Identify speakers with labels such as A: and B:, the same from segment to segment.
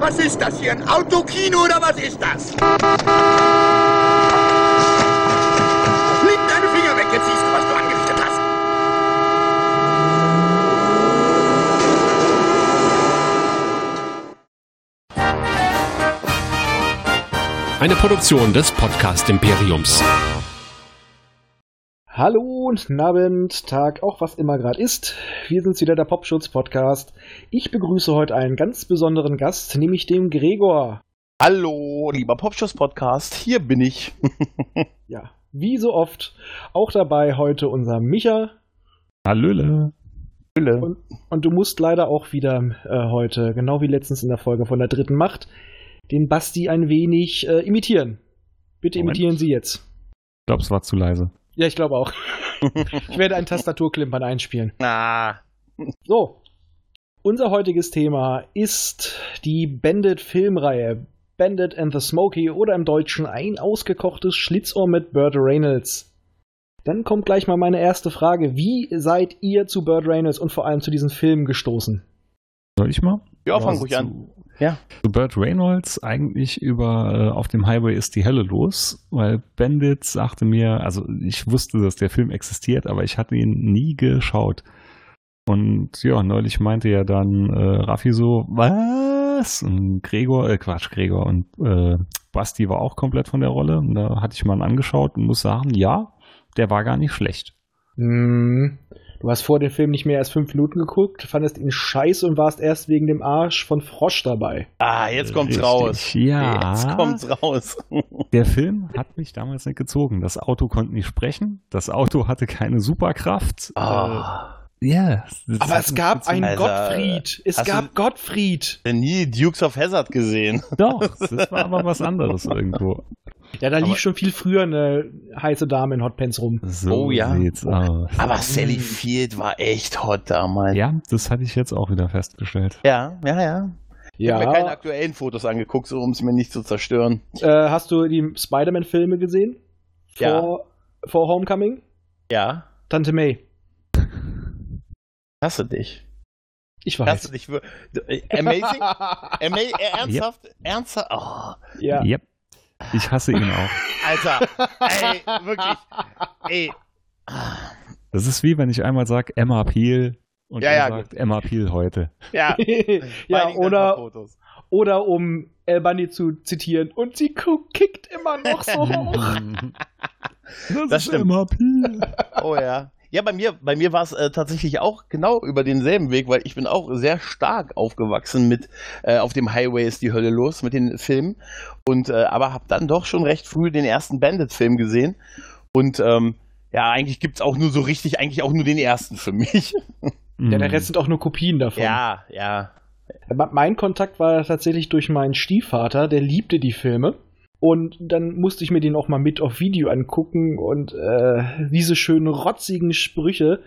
A: Was ist das hier? Ein Autokino oder was ist das? Leg deine Finger weg, jetzt siehst du, was du angerichtet hast.
B: Eine Produktion des Podcast Imperiums.
C: Hallo und Nabend, Tag, auch was immer gerade ist. Wir sind wieder der Popschutz-Podcast. Ich begrüße heute einen ganz besonderen Gast, nämlich den Gregor.
D: Hallo, lieber Popschuss-Podcast, hier bin ich.
C: Ja, wie so oft. Auch dabei heute unser Micha.
E: Hallöle.
D: Hülle.
C: Und, und du musst leider auch wieder äh, heute, genau wie letztens in der Folge von der dritten Macht, den Basti ein wenig äh, imitieren. Bitte
E: Moment.
C: imitieren Sie jetzt.
E: Ich glaube, es war zu leise.
C: Ja, ich glaube auch. ich werde ein Tastaturklimpern einspielen.
D: Na,
C: So, unser heutiges Thema ist die Bandit-Filmreihe. Bandit and the Smoky oder im Deutschen ein ausgekochtes Schlitzohr mit Burt Reynolds. Dann kommt gleich mal meine erste Frage. Wie seid ihr zu Burt Reynolds und vor allem zu diesen Filmen gestoßen?
E: Soll ich mal?
D: ja, fang
E: Also
D: ruhig
E: zu-
D: an. Ja.
E: Zu Burt Reynolds eigentlich über äh, Auf dem Highway ist die Hölle los, weil Bandit sagte mir, also ich wusste, dass der Film existiert, aber ich hatte ihn nie geschaut. Und ja, neulich meinte ja dann äh, Raffi so, was? Und Gregor, äh, Quatsch, Gregor und äh, Basti war auch komplett von der Rolle. Und da hatte ich mal einen angeschaut und muss sagen, ja, der war gar nicht schlecht.
C: Hm, du hast vor dem Film nicht mehr als fünf Minuten geguckt, fandest ihn scheiße und warst erst wegen dem Arsch von Frosch dabei.
D: Ah, jetzt kommt's
E: Äh, Richtig,
D: raus.
E: ja.
D: Jetzt kommt's raus.
E: Der Film hat mich damals nicht gezogen. Das Auto konnte nicht sprechen. Das Auto hatte keine Superkraft.
D: Ah.
E: Äh, ja. das
C: Aber
E: hat
C: es
E: mich
C: gab
E: gezogen.
C: einen
D: Also,
C: Gottfried. Es
D: hast du-
C: gab Gottfried.
D: Denn nie Dukes of Hazard gesehen.
E: Doch, das war aber was anderes irgendwo.
C: Ja, da lief
D: Aber-
C: schon viel früher eine heiße Dame in Hotpants rum.
E: So
D: Oh ja.
E: sieht's aus.
D: Aber Sally Field war echt hot damals.
E: Ja, das hatte ich jetzt auch wieder festgestellt.
D: ja, ja. ja. Ich habe mir keine
C: Ja.
D: aktuellen Fotos angeguckt, so, um es mir nicht zu zerstören.
C: Äh, hast du die Spider-Man-Filme gesehen?
D: Ja.
C: Vor, vor Homecoming?
D: Ja.
C: Tante May.
D: Hasse dich.
C: Ich
D: Hasse
C: weiß.
D: dich. wir- Amazing. Ama äh, ernsthaft? Ernsthaft? Oh,
C: ja.
E: Yep. Ich hasse ihn auch.
D: Alter. Ey, wirklich. Ey.
E: Das ist wie wenn ich einmal sage Emma Peel und
D: Ja,
E: er
D: ja,
E: sagt Emma Peel heute.
D: Ja.
C: ja,
D: Einigen dann mal
C: oder,
D: Fotos.
C: oder um El Bundy zu zitieren. Und sie gu- kickt immer noch so hoch.
E: Das, ist
D: Oh. stimmt.
E: Emma Peel.
D: Oh ja. Ja, bei mir, bei mir war es äh, tatsächlich auch genau über denselben Weg, weil ich bin auch sehr stark aufgewachsen mit äh, auf dem Highway ist die Hölle los mit den Filmen und äh, aber habe dann doch schon recht früh den ersten Bandit-Film gesehen und ähm, ja, eigentlich gibt's auch nur so richtig, eigentlich auch nur den ersten für mich.
C: Ja,
E: Mm.
C: der Rest sind auch nur Kopien davon.
D: Ja, ja.
C: Me- Mein Kontakt war tatsächlich durch meinen Stiefvater, der liebte die Filme. Und dann musste ich mir den auch mal mit auf Video angucken und äh, diese schönen rotzigen Sprüche,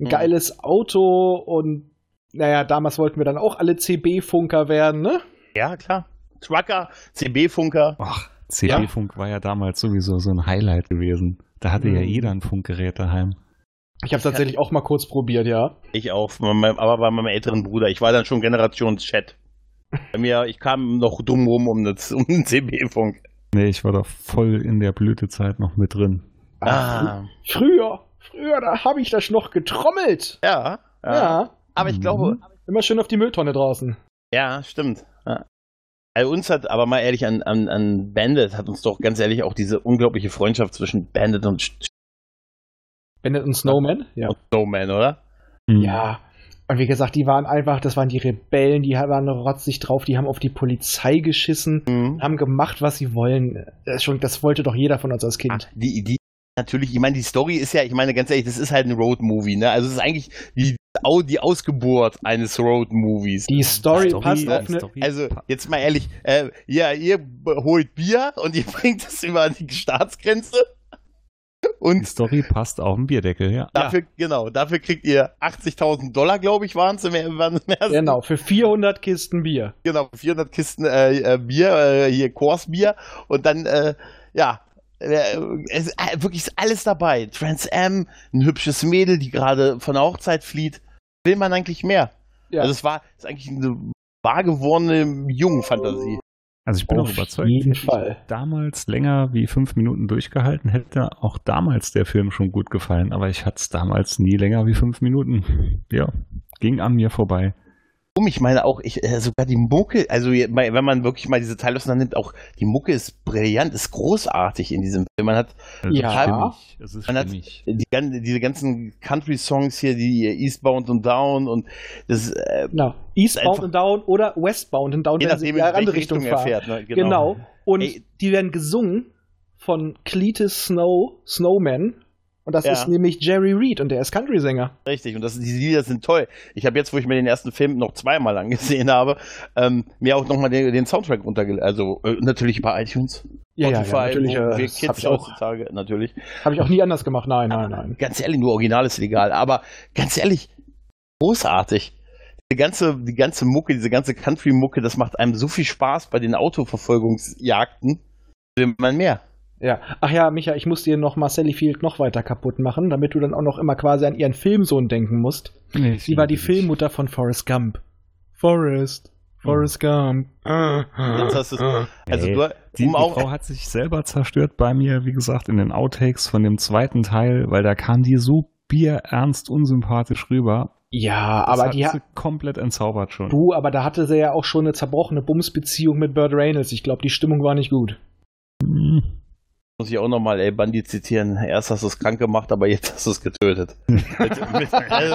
C: ein
D: Mhm.
C: geiles Auto und naja, damals wollten wir dann auch alle CB-Funker werden, ne?
D: Ja, klar. Trucker, CB-Funker.
E: Ach, CD-Funk war ja damals sowieso so ein Highlight gewesen. Da hatte ja
C: Mhm.
E: jeder ein Funkgerät daheim.
C: Ich habe tatsächlich auch mal kurz probiert, ja.
D: Ich auch, bei meinem- aber bei meinem älteren Bruder. Ich war dann schon Generationschat. Bei mir, ich kam noch dumm rum um, das, um den CB-Funk.
E: Nee, ich war da voll in der Blütezeit noch mit drin.
D: Ah,
C: Früher, früher, da habe ich das noch getrommelt.
D: ja,
C: Ja.
D: ja. Aber ich glaube,
C: immer schön auf die Mülltonne draußen.
D: ja, stimmt. Ja. Also uns hat, aber mal ehrlich, an, an, an Bandit hat uns doch ganz ehrlich auch diese unglaubliche Freundschaft zwischen Bandit und Sch-
C: Bennett und Snowman, ja.
D: Snowman, oder?
E: Mhm.
C: Ja. Und wie gesagt, die waren einfach, das waren die Rebellen, die waren rotzig drauf, die haben auf die Polizei geschissen,
D: Mhm.
C: haben gemacht, was sie wollen. Das, ist schon, das wollte doch jeder von uns als Kind.
D: Die Idee natürlich, ich meine, die Story ist ja, ich meine, ganz ehrlich, das ist halt ein Road-Movie, ne? Also es ist eigentlich die, Au- die Ausgeburt eines Road-Movies.
C: Die Story, passt ne- auf eine.
D: Also, jetzt mal ehrlich, äh, ja, ihr b- holt Bier und ihr bringt es über die Staatsgrenze.
E: die
D: Und
E: Story passt auf den Bierdeckel, ja.
D: dafür, genau, dafür kriegt ihr 80.000 Dollar, glaube ich, waren es im, waren im ersten.
C: Genau, für 400 Kisten Bier.
D: Genau, 400 Kisten äh, äh, Bier, äh, hier Korsbier und dann, äh, ja, äh, es, äh, wirklich ist alles dabei. Trans Am, ein hübsches Mädel, die gerade von der Hochzeit flieht. Will man eigentlich mehr?
C: Ja.
D: Also es war ist eigentlich eine wahr gewordene Jungen-Fantasie.
E: Also ich bin
C: Auf
E: auch überzeugt,
C: jeden
E: hätte ich
C: Fall.
E: damals länger wie fünf Minuten durchgehalten, hätte auch damals der Film schon gut gefallen, aber ich hatte es damals nie länger wie fünf Minuten. Ja, ging an mir vorbei.
D: Um, ich meine auch, ich, äh, sogar die Mucke, also je- mal- wenn man wirklich mal diese Teile auseinander nimmt, auch die Mucke ist brillant, ist großartig in diesem Film. Man hat
E: Es ist
C: Ja.
E: stimmig, Es ist
D: Man hat-
E: stimmig.
D: die, gan- diese ganzen Country-Songs hier, die äh, Eastbound und Down und das, äh,
C: Na, Eastbound
D: Einfach-
C: and Down oder Westbound and Down,
D: je nachdem, in
C: die
D: welche Richtung, er
C: fahren.
D: fährt. Ne?
C: Genau. Und
D: Ey.
C: die werden gesungen von Cletus Snow, Snowman. Und das
D: Ja.
C: ist nämlich Jerry Reed und der ist Country-Sänger.
D: Richtig, und das, diese Lieder sind toll. Ich habe jetzt, wo ich mir den ersten Film noch zweimal angesehen habe, ähm, mir auch nochmal den, den Soundtrack runtergeladen. Also äh, natürlich bei iTunes. Spotify,
C: natürlich.
D: wo
C: äh,
D: wir
C: das habe
D: Kids
C: ich, auch-
D: heutzutage, natürlich.
C: hab ich auch nie anders gemacht. Nein, nein, nein.
D: Ganz ehrlich, nur Original ist legal, aber ganz ehrlich, großartig. Die ganze, die ganze Mucke, diese ganze Country-Mucke, das macht einem so viel Spaß bei den Autoverfolgungsjagden. Will man mehr.
C: Ja. Ach ja, Micha, ich muss dir noch Marcelli Field noch weiter kaputt machen, damit du dann auch noch immer quasi an ihren Filmsohn denken musst.
E: Nee,
C: Sie war die Filmmutter von Forrest Gump. Forrest. Forrest Gump.
D: Jetzt hast du's- also
E: Ey,
D: du,
E: Die,
D: um
E: die
D: auch,
E: Frau hat sich selber zerstört bei mir, wie gesagt, in den Outtakes von dem zweiten Teil, weil da kam die so bierernst unsympathisch rüber.
C: Ja,
E: Das
C: aber
E: hat
C: die
E: sie
C: hat.
E: komplett entzaubert schon.
C: Du, aber da hatte sie ja auch schon eine zerbrochene Bumsbeziehung mit Burt Reynolds. Ich glaube, die Stimmung war nicht gut.
E: Hm.
D: muss ich auch nochmal El Bandi zitieren. Erst hast du es krank gemacht, aber jetzt hast du es getötet. mit, mit, also,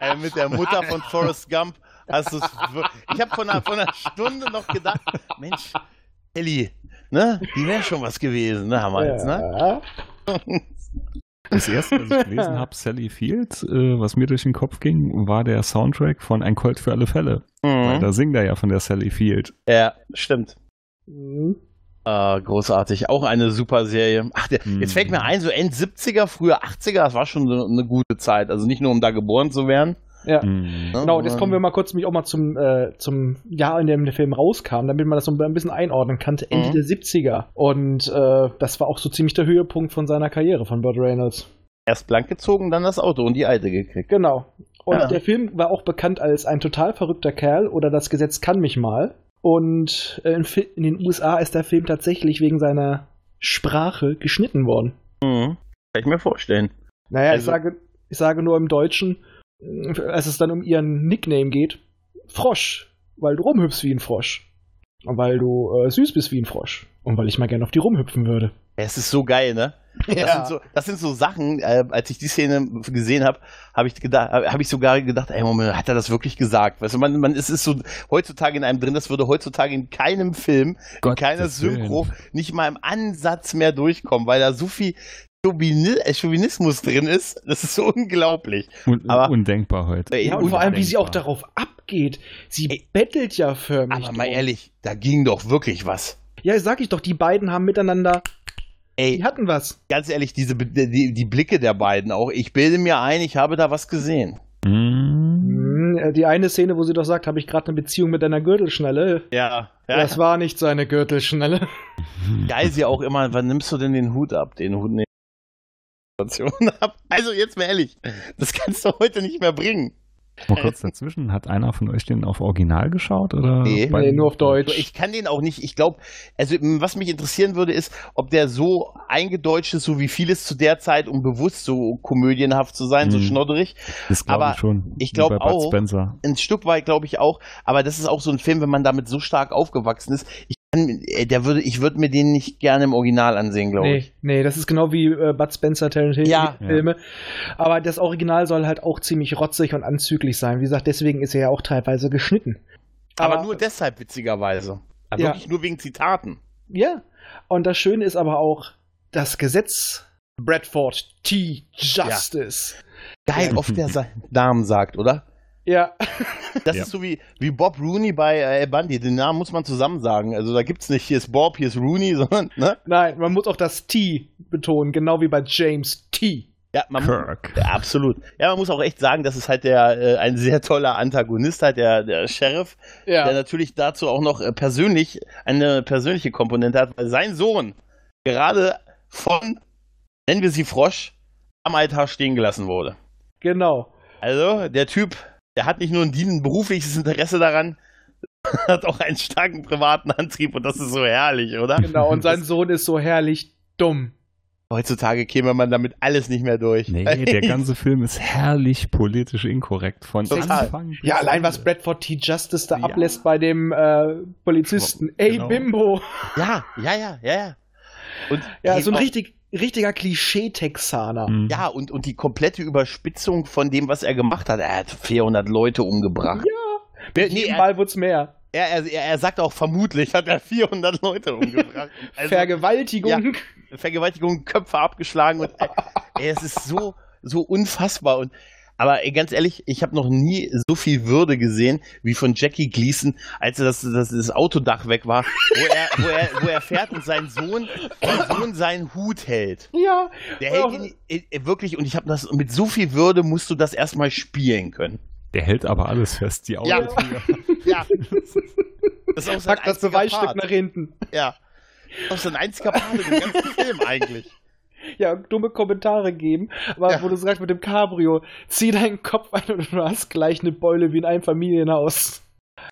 D: äh, mit der Mutter von Forrest Gump hast du es. wir- Ich habe von, einer- von einer Stunde noch gedacht, Mensch, Ellie, ne? Die wäre schon was gewesen, ne, damals, ne?
C: Ja.
E: Das erste, was ich gelesen habe, Sally Field, äh, was mir durch den Kopf ging, war der Soundtrack von Ein Colt für alle Fälle. Weil
D: Mhm.
E: da singt er ja von der Sally Field.
D: Ja, stimmt.
C: Mhm.
D: Äh, großartig. Auch eine super Serie. Ach, der,
E: Mhm.
D: jetzt fällt mir ein, so End 70er, früher 80er, das war schon so eine gute Zeit. Also nicht nur, um da geboren zu werden.
C: Ja.
E: Hm.
D: ne,
C: Genau, jetzt kommen wir
D: sondern-
C: mal kurz nämlich auch mal zum, äh, zum Jahr, in dem der Film rauskam, damit man das so ein bisschen einordnen kann. Ende
D: Mhm.
C: der 70er. Und äh, das war auch so ziemlich der Höhepunkt von seiner Karriere, von Burt Reynolds.
D: Erst blank gezogen, dann das Auto und die alte gekriegt.
C: Genau. Und
D: Ja.
C: der Film war auch bekannt als Ein total verrückter Kerl oder Das Gesetz kann mich mal. Und äh, in, Fi- in den USA ist der Film tatsächlich wegen seiner Sprache geschnitten worden.
D: Mhm. Kann ich mir vorstellen.
C: Naja, ich,
D: Also-
C: sage, ich sage nur im Deutschen, äh, als es dann um ihren Nickname geht, Frosch, weil du rumhüpfst wie ein Frosch. Und weil du äh, süß bist wie ein Frosch. Und weil ich mal gerne auf die rumhüpfen würde.
D: Es ist so geil, ne? Das, sind so, das sind so Sachen, äh, als ich die Szene gesehen habe, habe ich gedacht, habe ich sogar gedacht, ey Moment, hat er das wirklich gesagt? Weißt du, man, man es ist so heutzutage in einem drin, das würde heutzutage in keinem Film, in
E: Gottes
D: keiner Synchro,
E: Willen.
D: nicht mal im Ansatz mehr durchkommen, weil da so viel Chauvini- äh, Chauvinismus drin ist. Das ist so unglaublich.
E: Un
D: Aber-
E: undenkbar heute.
D: Ey,
C: ja, und vor allem, wie sie auch
E: Undenkbar.
C: darauf abgeht. Sie
D: Ey.
C: bettelt ja förmlich.
D: aber mal
C: drum.
D: ehrlich, da ging doch wirklich was.
C: Ja, sag ich doch, die beiden haben miteinander,
D: Ey,
C: die hatten was.
D: ganz ehrlich, diese die, die Blicke der beiden auch. Ich bilde mir ein, ich habe da was gesehen.
E: Hm.
C: Hm, äh, Die eine Szene, wo sie doch sagt, habe ich gerade eine Beziehung mit deiner Gürtelschnelle.
D: Ja,
C: Das war nicht seine Gürtelschnelle.
D: geil sie auch immer, wann nimmst du denn den Hut ab? Den Hut ne Situation ab. Also jetzt mal ehrlich, das kannst du heute nicht mehr bringen.
E: Mal Oh, kurz dazwischen, hat einer von euch den auf Original geschaut? Oder
D: Nee.
E: beide?
C: Nee, nur auf Deutsch.
D: Also Ich kann den auch nicht, ich glaube, also m, was mich interessieren würde, ist, ob der so eingedeutscht ist, so wie vieles zu der Zeit, um bewusst so komödienhaft zu sein, so
E: Mhm.
D: schnodderig.
E: Das glaub
D: aber
E: ich schon.
D: ich
E: Wie
D: glaub
E: bei Bud
D: auch-
E: Spencer.
D: Ein Stück weit glaube ich auch, aber das ist auch so ein Film, wenn man damit so stark aufgewachsen ist. Ich kann, äh, der würde, ich würde mir den nicht gerne im Original ansehen, glaube ich.
C: Nee, nee, das ist genau wie äh, Bud Spencer Tarantino
D: Ja.
C: Filme. Aber das Original soll halt auch ziemlich rotzig und anzüglich sein. Wie gesagt, deswegen ist er ja auch teilweise geschnitten.
D: Aber, nur deshalb witzigerweise.
C: Ja.
D: Wirklich nur wegen Zitaten.
C: Ja. Und das Schöne ist aber auch das Gesetz Bradford T. Justice.
D: Geil,
E: Ja.
D: oft der seinen Namen sagt, oder?
C: Ja.
D: Das
E: Ja.
D: ist so wie, wie Bob Rooney bei äh, El Bundy. Den Namen muss man zusammen sagen. Also da gibt's nicht, hier ist Bob, hier ist Rooney, sondern, ne?
C: Nein, man muss auch das T betonen, genau wie bei James T.
D: Ja, man
E: Kirk.
D: Ja, absolut. Ja, man muss auch echt sagen, das ist halt der äh, ein sehr toller Antagonist, halt der, der Sheriff, der natürlich dazu auch noch äh, persönlich eine persönliche Komponente hat, weil sein Sohn gerade von, nennen wir sie Frosch, am Altar stehen gelassen wurde.
C: Genau.
D: Also, der Typ, der hat nicht nur ein dienend berufliches Interesse daran, hat auch einen starken privaten Antrieb und das ist so herrlich, oder?
C: Genau, und sein Sohn ist so herrlich dumm.
D: Heutzutage käme man damit alles nicht mehr durch.
E: Nee, der ganze Film ist herrlich politisch inkorrekt von
D: Total.
E: Anfang. bis
C: Ja, allein
E: Ende.
C: was Bradford T. Justice da
E: Ja.
C: ablässt bei dem äh, Polizisten. Ey,
E: Genau.
C: Bimbo.
D: Ja, ja, ja, ja, ja. Und
C: Ja,
D: die-
C: so ein
D: auch-
C: richtig, richtiger Klischee-Texaner.
E: Mhm.
D: Ja, und, und die komplette Überspitzung von dem, was er gemacht hat. Er hat 400 Leute umgebracht. Ja.
C: Nee,
D: Nee, er,
C: Mal wird's mehr.
D: er, er, er sagt auch, vermutlich hat er 400 Leute umgebracht. Also,
C: Vergewaltigung.
D: Vergewaltigung, Köpfe abgeschlagen und ey, es ist so, so unfassbar. Und, aber ey, ganz ehrlich, ich habe noch nie so viel Würde gesehen wie von Jackie Gleason, als das, das, das Autodach weg war, wo er, wo, er, wo er fährt und sein Sohn, sein Sohn seinen Hut hält.
C: Ja.
D: Der
C: Ja.
D: hält ihn äh, äh, wirklich, und ich habe das mit so viel Würde musst du das erstmal spielen können.
E: Der hält aber alles fest, die Augen.
D: Oh, Ja. Ja. Das ist auch sein
C: Pack das
D: einziger
C: Beweisstück
D: Part.
C: nach hinten.
D: Ja. Das ist ein einziger Part im ganzen Film eigentlich.
C: Ja, dumme Kommentare geben. Aber
D: Ja.
C: wo du sagst mit dem Cabrio, zieh deinen Kopf ein und du hast gleich eine Beule wie in einem Familienhaus.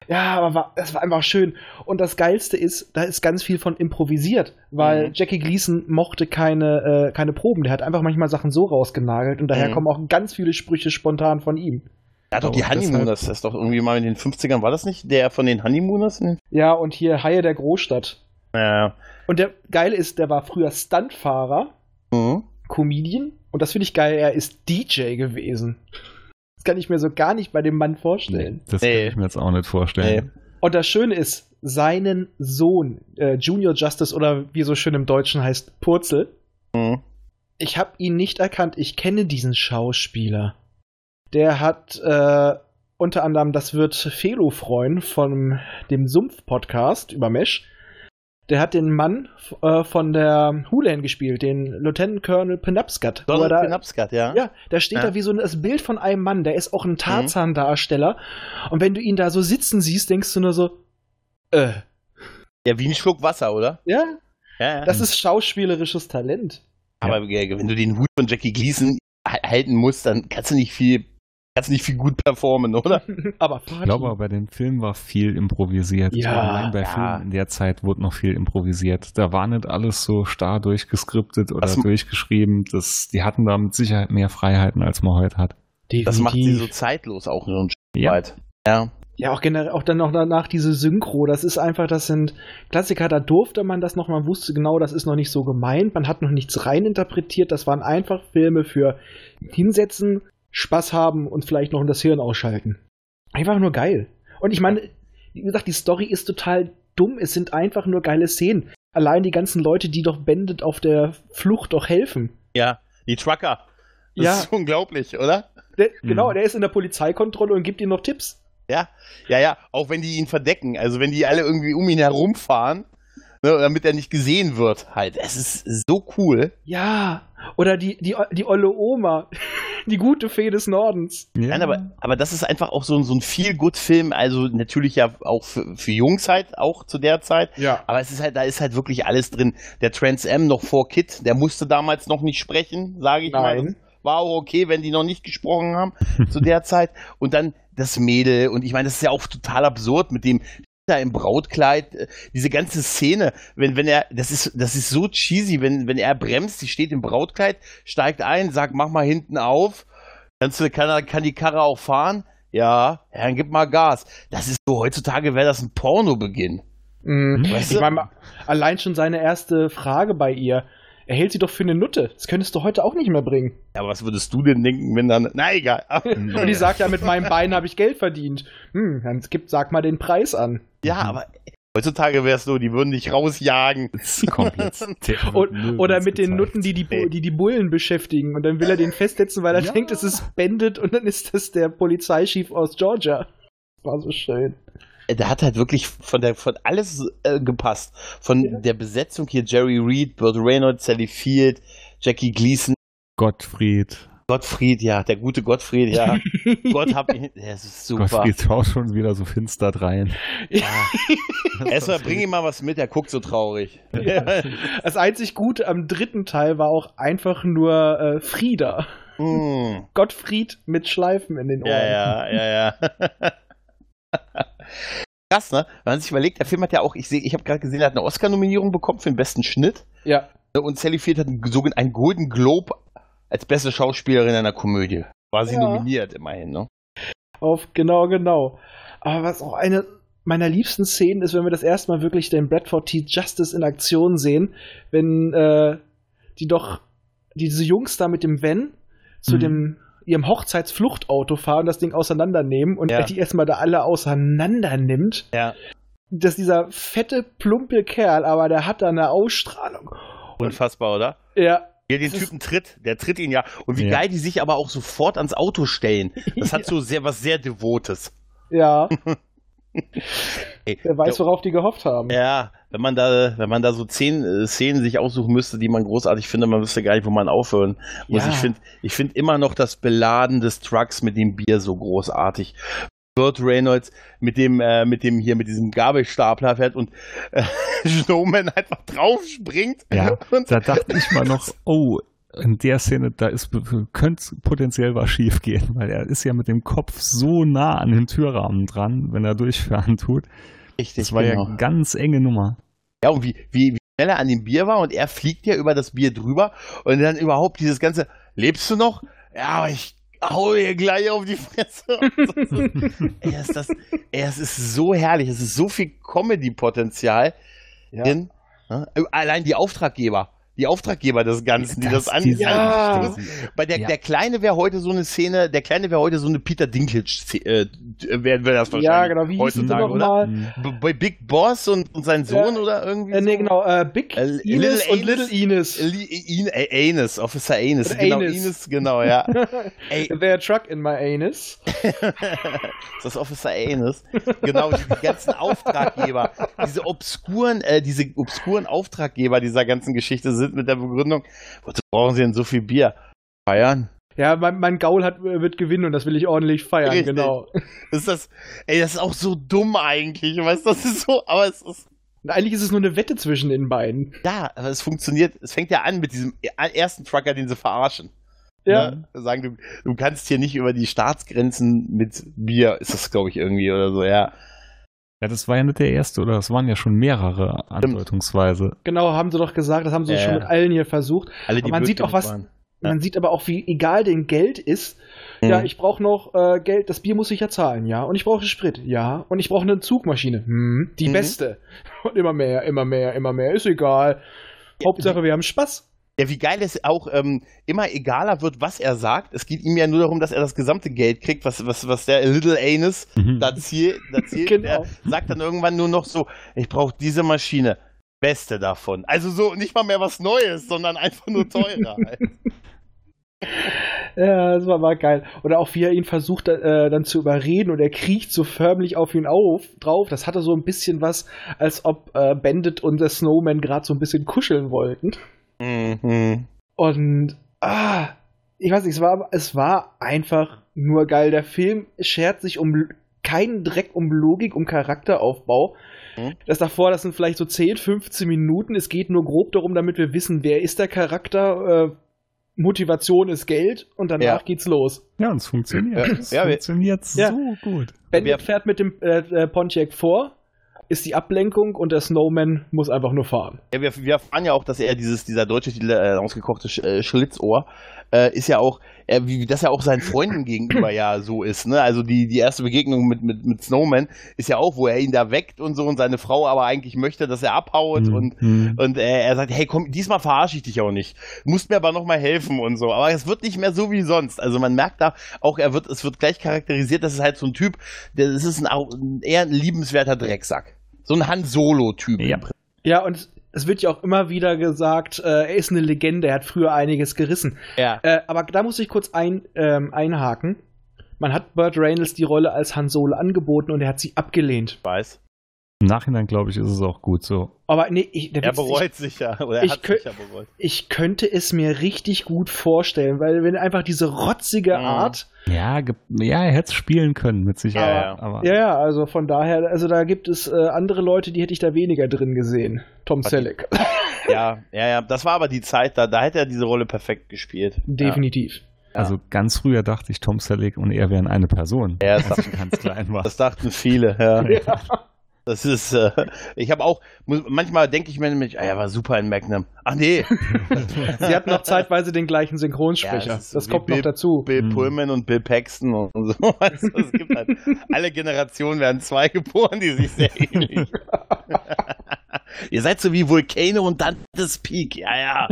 C: Ja, aber war, das war einfach schön. Und das Geilste ist, da ist ganz viel von improvisiert, weil
D: Mhm.
C: Jackie Gleason mochte keine, äh, keine Proben. Der hat einfach manchmal Sachen so rausgenagelt und daher
D: Mhm.
C: kommen auch ganz viele Sprüche spontan von ihm.
D: Er
C: Oh,
D: hat doch die
E: Und deshalb-
D: Honeymooners, das ist doch irgendwie mal in den 50ern, war das nicht? Der von den Honeymooners? Hm.
C: Ja, und hier Haie der Großstadt.
D: Ja.
C: Und der Geile ist, der war früher Stuntfahrer,
D: Mhm.
C: Comedian. Und das finde ich geil, er ist DJ gewesen. Das kann ich mir so gar nicht bei dem Mann vorstellen.
E: Das
D: Nee.
E: kann ich mir jetzt auch nicht vorstellen.
C: Und das Schöne ist, seinen Sohn, äh, Junior Justice oder wie so schön im Deutschen heißt, Purzel,
D: Mhm.
C: ich habe ihn nicht erkannt. Ich kenne diesen Schauspieler. Der hat äh, unter anderem, das wird Felo freuen, von dem Sumpf-Podcast über Mesh. Der hat den Mann f- äh, von der Hulan gespielt, den Lieutenant Colonel Penobscot. wo er
D: Donald
C: da-
D: Pinapskat, ja.
C: ja, da steht
D: ne? Ja. Mhm.
C: da wie so ein, das Bild von einem Mann, der ist auch ein Tarzan-Darsteller. Und wenn du ihn da so sitzen siehst, denkst du nur so, äh,
D: Ja, wie ein Schluck Wasser, oder?
C: ja,
D: Ja, ja.
C: das ist schauspielerisches Talent.
D: Aber äh, wenn du den Hut von Jackie Gleason h- halten musst, dann kannst du nicht viel, kannst du nicht viel gut performen, oder?
C: Aber
E: Ich glaube, aber bei dem Film war viel improvisiert.
C: Ja,
E: Allein bei
D: ja.
E: Filmen in der Zeit wurde noch viel improvisiert. Da war nicht alles so starr durchgeskriptet oder
D: Das-
E: durchgeschrieben. Das, die hatten da mit Sicherheit mehr Freiheiten, als man heute hat.
D: Das macht sie so
C: Definitiv.
D: zeitlos auch so ein Stück
E: Ja.
D: weit. Ja.
C: Ja, auch generell, auch dann noch danach diese Synchro, das ist einfach, das sind Klassiker, da durfte man das noch, man wusste genau, das ist noch nicht so gemeint, man hat noch nichts reininterpretiert, das waren einfach Filme für hinsetzen, Spaß haben und vielleicht noch das Hirn ausschalten. Einfach nur geil. Und ich meine, wie gesagt, die Story ist total dumm, es sind einfach nur geile Szenen. Allein die ganzen Leute, die doch Bandit auf der Flucht doch helfen.
D: Ja. Die Trucker. Das
C: Ja.
D: ist unglaublich, oder?
C: Der, Genau,
E: Mhm.
C: der ist in der Polizeikontrolle und gibt ihm noch Tipps.
D: Ja, ja. Auch wenn die ihn verdecken. Also wenn die alle irgendwie um ihn herumfahren, ne, damit er nicht gesehen wird, halt. Es ist so cool.
C: Ja, oder die, die, die olle Oma, die gute Fee des Nordens.
E: Ja.
D: Nein, aber, aber das ist einfach auch so, ein- so ein Feel-Good-Film, also natürlich ja auch für, für Jungs halt, auch zu der Zeit.
C: Ja.
D: Aber es ist halt, da ist halt wirklich alles drin. Der Trans M noch vor Kid, der musste damals noch nicht sprechen, sage ich mal.
C: Nein.
D: Das War auch okay, wenn die noch nicht gesprochen haben zu der Zeit. Und dann das Mädel. Und ich meine, das ist ja auch total absurd mit dem da im Brautkleid, äh, diese ganze Szene, wenn, wenn er, das ist, das ist so cheesy, wenn, wenn er bremst, sie steht im Brautkleid, steigt ein, sagt, mach mal hinten auf, Kannst du, kann, er- kann die Karre auch fahren? Ja, ja, dann gib mal Gas. Das ist so, heutzutage wäre das ein Pornobeginn.
C: Mhm.
D: Weißt
C: Ich
D: du?
C: meine, allein schon seine erste Frage bei ihr. Er hält sie doch für eine Nutte. Das könntest du heute auch nicht mehr bringen.
D: Ja, was würdest du denn denken, wenn dann. Na egal.
C: Und die sagt ja, mit meinen Beinen habe ich Geld verdient. Hm, dann gib, sag mal den Preis an.
D: Ja, aber heutzutage wäre es so, die würden dich rausjagen.
E: Das ist komplett.
C: Und,
E: nirgends
C: oder mit den
E: gezeigt.
C: Nutten, die die, Bu- die die Bullen beschäftigen. Und dann will er den festsetzen, weil er
E: Ja.
C: denkt, es ist Bandit. Und dann ist das der Polizeichef aus Georgia. Das war so schön.
D: Der hat halt wirklich von der von alles äh, gepasst. Von der Besetzung hier Jerry Reed, Burt Reynolds, Sally Field, Jackie Gleason,
E: Gottfried.
D: Gottfried, ja, der gute Gottfried, ja. Gott hab ihn. Das ist super.
E: Gottfried schaut schon wieder so finster drein.
D: Erstmal bring ihm mal was mit, er guckt so traurig.
C: Das einzig Gute am dritten Teil war auch einfach nur äh, Frieda.
D: mm.
C: Gottfried mit Schleifen in den Ohren.
D: Ja, ja, ja, ja. krass, ne? Wenn man sich überlegt, der Film hat ja auch, ich sehe, ich habe gerade gesehen, er hat eine Oscar-Nominierung bekommen für den besten Schnitt.
C: Ja.
D: Ne, Und Sally Field hat einen, sogen- einen Golden Globe als beste Schauspielerin einer Komödie. War sie
C: Ja.
D: nominiert immerhin, ne?
C: Auf, genau, genau. Aber was auch eine meiner liebsten Szenen ist, wenn wir das erste Mal wirklich den Bradford T. Justice in Aktion sehen, wenn äh, die doch diese Jungs da mit dem Van zu
E: Mhm.
C: dem ihrem Hochzeitsfluchtauto fahren, das Ding auseinandernehmen und
D: Ja.
C: er die erstmal da alle auseinander nimmt,
D: Ja.
C: dass dieser fette, plumpe Kerl, aber der hat da eine Ausstrahlung.
D: Unfassbar, oder?
C: Ja,
D: Ja, den
C: Das ist-
D: Typen tritt, der tritt ihn ja. Und wie
E: Ja.
D: geil die sich aber auch sofort ans Auto stellen. Das hat so sehr was sehr Devotes.
C: ja,
D: Ey,
C: wer weiß,
D: der,
C: worauf die gehofft haben.
D: ja, wenn man da, wenn man da so zehn äh, Szenen sich aussuchen müsste, die man großartig findet, man wüsste gar nicht, wo man aufhören muss.
C: Ja.
D: Ich finde, ich finde immer noch das Beladen des Trucks mit dem Bier so großartig. Burt Reynolds mit dem, äh, mit dem hier, mit diesem Gabelstapler fährt und äh, Snowman einfach draufspringt.
E: Ja,
D: und
E: Da dachte ich mal noch, oh, in der Szene, da ist könnte potenziell was schief gehen, weil er ist ja mit dem Kopf so nah an den Türrahmen dran, wenn er durchfahren tut. Das
D: richtig,
E: war genau. ja ganz enge Nummer.
D: Ja, und wie, wie, wie schnell er an dem Bier war und er fliegt ja über das Bier drüber und dann überhaupt dieses ganze, lebst du noch? Ja, aber ich hau dir gleich auf die Fresse. ey, ist das, ey, es ist so herrlich, es ist so viel Comedy-Potenzial
C: Ja.
D: drin. Ne? Allein die Auftraggeber, die Auftraggeber des Ganzen, die das, an,
E: die sind-
C: Ja.
E: die sind-
D: bei der,
E: Ja.
D: der Kleine wäre heute so eine Szene, der Kleine wäre heute so eine Peter Dinklage, äh, wäre wär das wahrscheinlich.
C: Ja, genau, wie hieß es denn
D: heutzutage, oder?
C: nochmal?
D: B- Bei Big Boss und, und sein Sohn
C: Ja.
D: oder irgendwie?
C: Äh, nee,
D: so?
C: genau, äh, Big
D: Äh,
C: Ines
D: Little
C: und
D: Ines.
C: Little Ines.
D: Li- In, äh, Anus, Officer Anus.
C: Oder
D: Genau,
C: Anus.
D: Anus, genau, ja. Ey,
C: There a truck in my anus.
D: ist das Officer Anus? Genau, die, die ganzen Auftraggeber, diese obskuren, äh, diese obskuren Auftraggeber dieser ganzen Geschichte sind mit der Begründung, wozu brauchen sie denn so viel Bier? Feiern?
C: Ja, mein, mein Gaul hat, äh, wird gewinnen und das will ich ordentlich feiern,
D: Richtig.
C: genau.
D: Ist das, ey, das ist auch so dumm eigentlich, weißt du, das ist so, aber es ist,
C: Und eigentlich ist es nur eine Wette zwischen den beiden.
D: ja, aber es funktioniert, es fängt ja an mit diesem äh, ersten Trucker, den sie verarschen.
C: Ja,
D: Ne? Sagen, du, du kannst hier nicht über die Staatsgrenzen mit Bier, ist das, glaube ich, irgendwie oder so, ja.
E: Ja, das war ja nicht der erste, oder? Das waren ja schon mehrere andeutungsweise.
C: genau, haben sie doch gesagt, das haben sie
D: Ja.
C: schon mit allen hier versucht.
D: Alle,
C: Aber man
D: blöd
C: sieht auch,
D: genug
C: was-
D: waren.
C: Man sieht aber auch, wie egal denn Geld ist. Ja, ich brauche noch äh, Geld, das Bier muss ich ja zahlen, ja. Und ich brauche Sprit, ja. Und ich brauche eine Zugmaschine, hm, die
D: Mhm.
C: beste. Und immer mehr, immer mehr, immer mehr, ist egal. Hauptsache, wir haben Spaß.
D: Ja, wie geil es auch ähm, immer egaler wird, was er sagt. Es geht ihm ja nur darum, dass er das gesamte Geld kriegt, was, was, was der Little Anus
E: Mhm.
D: da zielt. Da zielt. Er
C: Genau.
D: sagt dann irgendwann nur noch so, ich brauche diese Maschine. Beste davon. Also so nicht mal mehr was Neues, sondern einfach nur teurer.
C: Ja, das war, war geil. Oder auch wie er ihn versucht äh, dann zu überreden und er kriecht so förmlich auf ihn auf, drauf. Das hatte so ein bisschen was, als ob äh, Bandit und der Snowman gerade so ein bisschen kuscheln wollten.
D: mhm.
C: Und ah, ich weiß nicht, es war, es war einfach nur geil. Der Film schert sich um L- keinen Dreck, um Logik, um Charakteraufbau.
D: Mhm.
C: Das davor, das sind vielleicht so 10, 15 Minuten. Es geht nur grob darum, damit wir wissen, wer ist der Charakter, äh, Motivation ist Geld und danach
D: Ja.
C: geht's los.
E: Ja, und es funktioniert.
D: Ja.
E: es
D: Ja, wir-
E: funktioniert
C: Ja.
E: so gut.
C: Bandit
D: Wir-
C: fährt mit dem äh, äh, Pontiac vor, ist die Ablenkung und der Snowman muss einfach nur fahren.
D: Ja, wir, wir erfahren ja auch, dass er dieses, dieser deutsche Titel, äh, ausgekochte Sch äh, Schlitzohr, äh, ist ja auch, äh, wie, dass er auch seinen Freunden gegenüber ja so ist, ne? Also die, die erste Begegnung mit, mit, mit Snowman ist ja auch, wo er ihn da weckt und so und seine Frau aber eigentlich möchte, dass er abhaut und,
E: Mhm.
D: und äh, er sagt, hey komm, diesmal verarsche ich dich auch nicht. Du musst mir aber nochmal helfen und so. Aber es wird nicht mehr so wie sonst. Also man merkt da auch, er wird, es wird gleich charakterisiert, das ist halt so ein Typ, der, das ist ein, au- ein eher ein liebenswerter Drecksack. So ein Han Solo-Typ.
E: Ja.
C: Ja, und es- es wird ja auch immer wieder gesagt, äh, er ist eine Legende, er hat früher einiges gerissen.
D: Ja.
C: Äh, aber da muss ich kurz ein, ähm, einhaken. Man hat Burt Reynolds die Rolle als Han Solo angeboten und er hat sie abgelehnt.
D: Weiß.
E: Im Nachhinein, glaube ich, ist es auch gut so.
C: Aber nee, ich, der
D: Er
C: Witz ist,
D: bereut sich ja. Oder er
C: ich
D: hat
C: kö-
D: sich ja bereut.
C: Ich, ich könnte es mir richtig gut vorstellen, weil wenn einfach diese rotzige
D: Mhm.
C: Art.
E: Ja, ge- ja er hätte es spielen können, mit Sicherheit.
D: Ja, ja.
E: Aber
C: Ja, ja, also von daher, also da gibt es äh, andere Leute, die hätte ich da weniger drin gesehen. Tom
D: Hat-
C: Selleck.
D: Ja, ja, ja. Das war aber die Zeit da. Da hätte er diese Rolle perfekt gespielt.
C: Definitiv.
E: also ganz früher dachte ich, Tom Selleck und er wären eine Person.
D: Ja, das,
E: Ganz klein war.
D: das dachten viele. Ja.
E: Ja.
D: Das ist, äh, ich habe auch, muss- manchmal denke ich mir nämlich, ah, er war super in Magnum. Ach nee,
C: Sie hatten noch zeitweise den gleichen Synchronsprecher.
D: Ja, es
C: das
D: ist wie
C: kommt noch
D: Bill-
C: dazu.
D: Bill
E: Hm.
D: Pullman und Bill Paxton und und so. Also, es gibt halt, alle Generationen werden zwei geboren, die sich sehr ähnlich. Ihr seid so wie Vulcano und Dante's Peak, ja, ja.